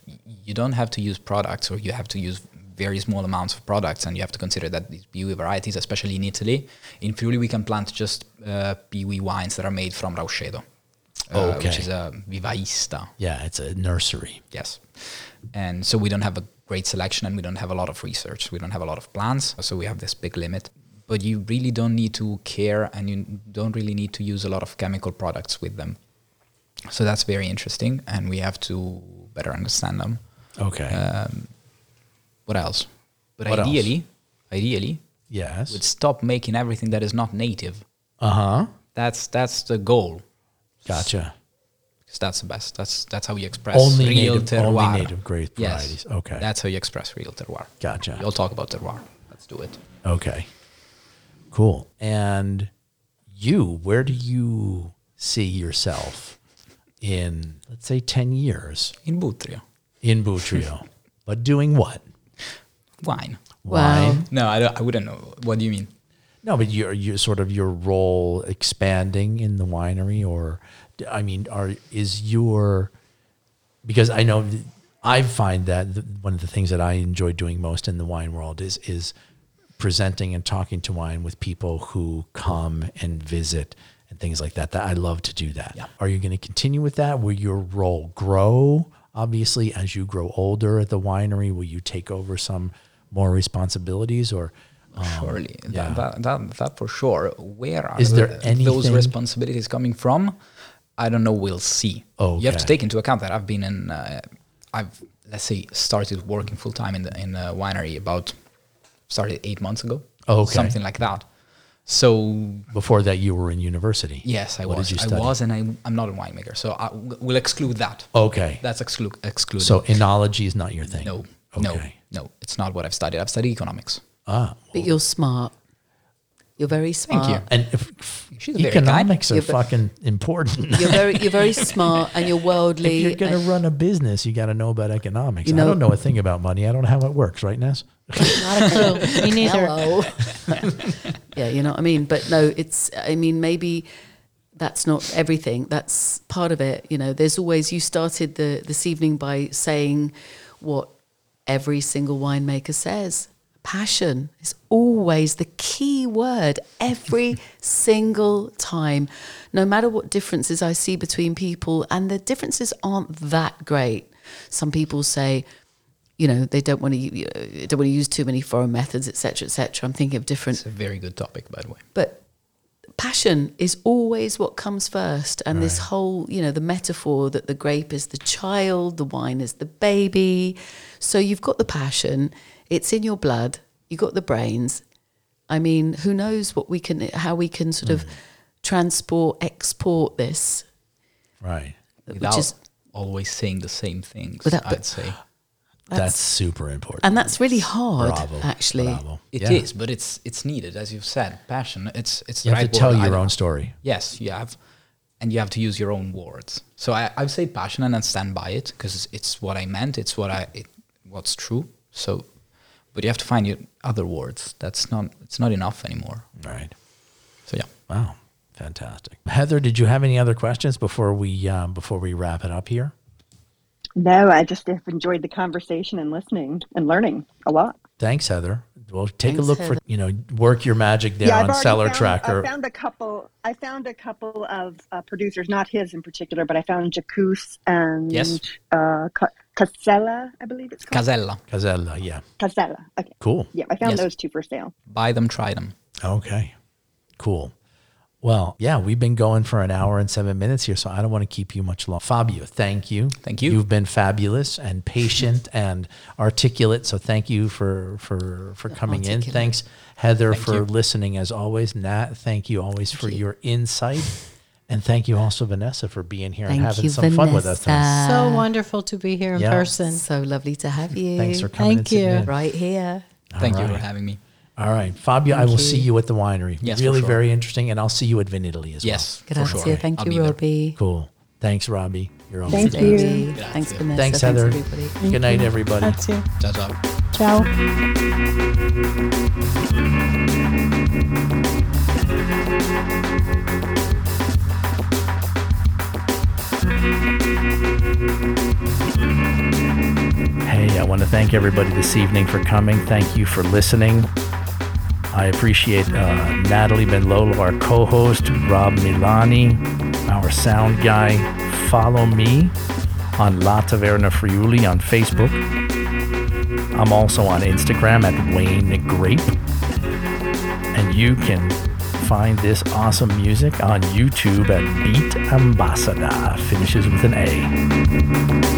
you don't have to use products, or you have to use very small amounts of products, and you have to consider that these Peewee varieties, especially in Italy, in Friuli, we can plant just uh, Peewee wines that are made from Rauschedo, uh, which
Okay.
is a Vivaista
Yeah, it's a nursery.
Yes. And so we don't have a great selection and we don't have a lot of research. We don't have a lot of plans. So we have this big limit. But you really don't need to care and you don't really need to use a lot of chemical products with them. So that's very interesting. And we have to better understand them.
Okay.
What else? But
What else?
ideally, ideally, would
yes.
stop making everything that is not native.
Uh huh.
That's that's the goal.
Gotcha.
'Cause that's the best. That's that's how you express
Only
real
native-
terroir.
only native grape
Yes.
varieties. Okay.
That's how you express real terroir.
Gotcha.
You'll talk about terroir. Let's do it.
Okay. Cool. And you, where do you see yourself in, let's say, 10 years
In Butria.
in Butrio? but doing what?
Wine.
Wow.
Wine?
No, I, don't, I wouldn't know. What do you mean?
No, but your your sort of your role expanding in the winery, or I mean, are is your because I know th- I find that th- one of the things that I enjoy doing most in the wine world is is presenting and talking to wine with people who come and visit and things like that. That I love to do that.
Yeah.
Are you going to continue with that? Will your role grow? Obviously, as you grow older at the winery, will you take over some more responsibilities or?
Surely. That-
Um, yeah.
That, that, that for sure. Where are
Is there
th- those
anything-
responsibilities coming from? I don't know. We'll see. You have to
Okay.
take into account that I've been in, uh, I've, let's say, started working full time in the in a winery about, started eight months ago.
Okay.
Something like that. So
Before that, you were in university.
Yes, I
What
was.
Did you study?
I was, and I, I'm not a winemaker, so I, we'll exclude that.
Okay.
That's exclu- excluded.
so enology is not your thing.
no,
Okay.
no, no, it's not what I've studied. I've studied economics.
But you're smart. You're very smart.
you.
And if,
She's a very kind-
economics are
Yeah, but-
fucking important.
You're very, you're very smart, and you're
if
worldly.
you're going to
and-
run a business, you got to know about economics.
You
I
know-
don't know a thing about money. I don't know how it works, right, Ness?
Not a clue. Me neither.
Hello. yeah, you know what I mean? But no, it's, I mean, maybe that's not everything. That's part of it. You know, there's always, you started the this evening by saying what every single winemaker says passion is always the key word every single time. No matter what differences I see between people, and the differences aren't that great. Some people say, you know they don't want to don't want to use too many foreign methods etc etc i'm thinking of different
It's a very good topic, by the way.
but passion is always what comes first and this whole you know the metaphor that the grape is the child the wine is the baby so you've got the passion it's in your blood you've got the brains i mean who knows what we can how we can sort
Hmm.
of transport export this
Right.
Without
is-
always saying the same things,
Without-
I'd say
That's,
That's-
super important.
and that's really hard
bravo.
actually
Bravo.
it is,
Yeah.
but it's it's needed, as you've said. Passion. It's it's
You
the
have
right
to tell
word. I-
your own story.
Yes, you have, and you have to use your own words. So I, I would say passionate and stand by it because it's, it's what I meant. It's what I it, what's true. So, but you have to find your other words. That's not it's not enough anymore.
Right.
So yeah.
Wow. Fantastic. Heather, did you have any other questions before we um, before we wrap it up here?
No, I just have enjoyed the conversation and listening and learning a lot.
Thanks, Heather. Well, take a
Thanks,
look
Heather.
for you know work your magic there
yeah,
on
already
Seller
found,
Tracker.
I found a couple. I found a couple of uh, producers, not his in particular, but I found Jacuse and
Yes.
uh, Ca- Casella, I believe it's called
Casella.
Casella, yeah,
Casella. Okay,
cool.
yeah, I found
Yes.
those two for sale.
Buy them, try them.
Okay, cool. Well, yeah, we've been going for an hour and seven minutes here, so I don't want to keep you much longer. Fabio, thank you.
Thank you.
You've been fabulous and patient and articulate. So thank you for for for coming in.
Articulate.
Thanks, Heather, for
you.
listening as always. Nat, thank you always for
you.
your insight. And thank you also, Vanessa, for being here and
Thank
having
you,
some fun with us.
Vanessa.
So wonderful to be here in
Yeah.
person.
So lovely to have you.
Thanks for coming.
Thank
and sitting
you.
in.
Right here.
Thank you
Alright.
for having me.
All right, Fabio, I will see you at the winery.
Yes, for
really
sure.
very interesting, and I'll see you at Vinitaly as
Yes. for
Grazie.
sure.
Thank
I'll
you,
be there.
well.
Robbie.
Cool. Thanks, Robbie. You're awesome.
Thank you.
Robbie.
Grazie.
Thanks, Vanessa.
Thanks, Heather.
everybody.
Good night, everybody.
That's it.
Ciao, ciao.
Ciao.
Hey, I want to thank everybody this evening for coming. Thank you for listening. I appreciate uh, Natalie Benlolo, our co host, Rob Milani, our sound guy. Follow me on La Taverna Friuli on Facebook. I'm also on Instagram at Wayne Grape. And you can find this awesome music on YouTube at Beat Ambassador. Finishes with an A.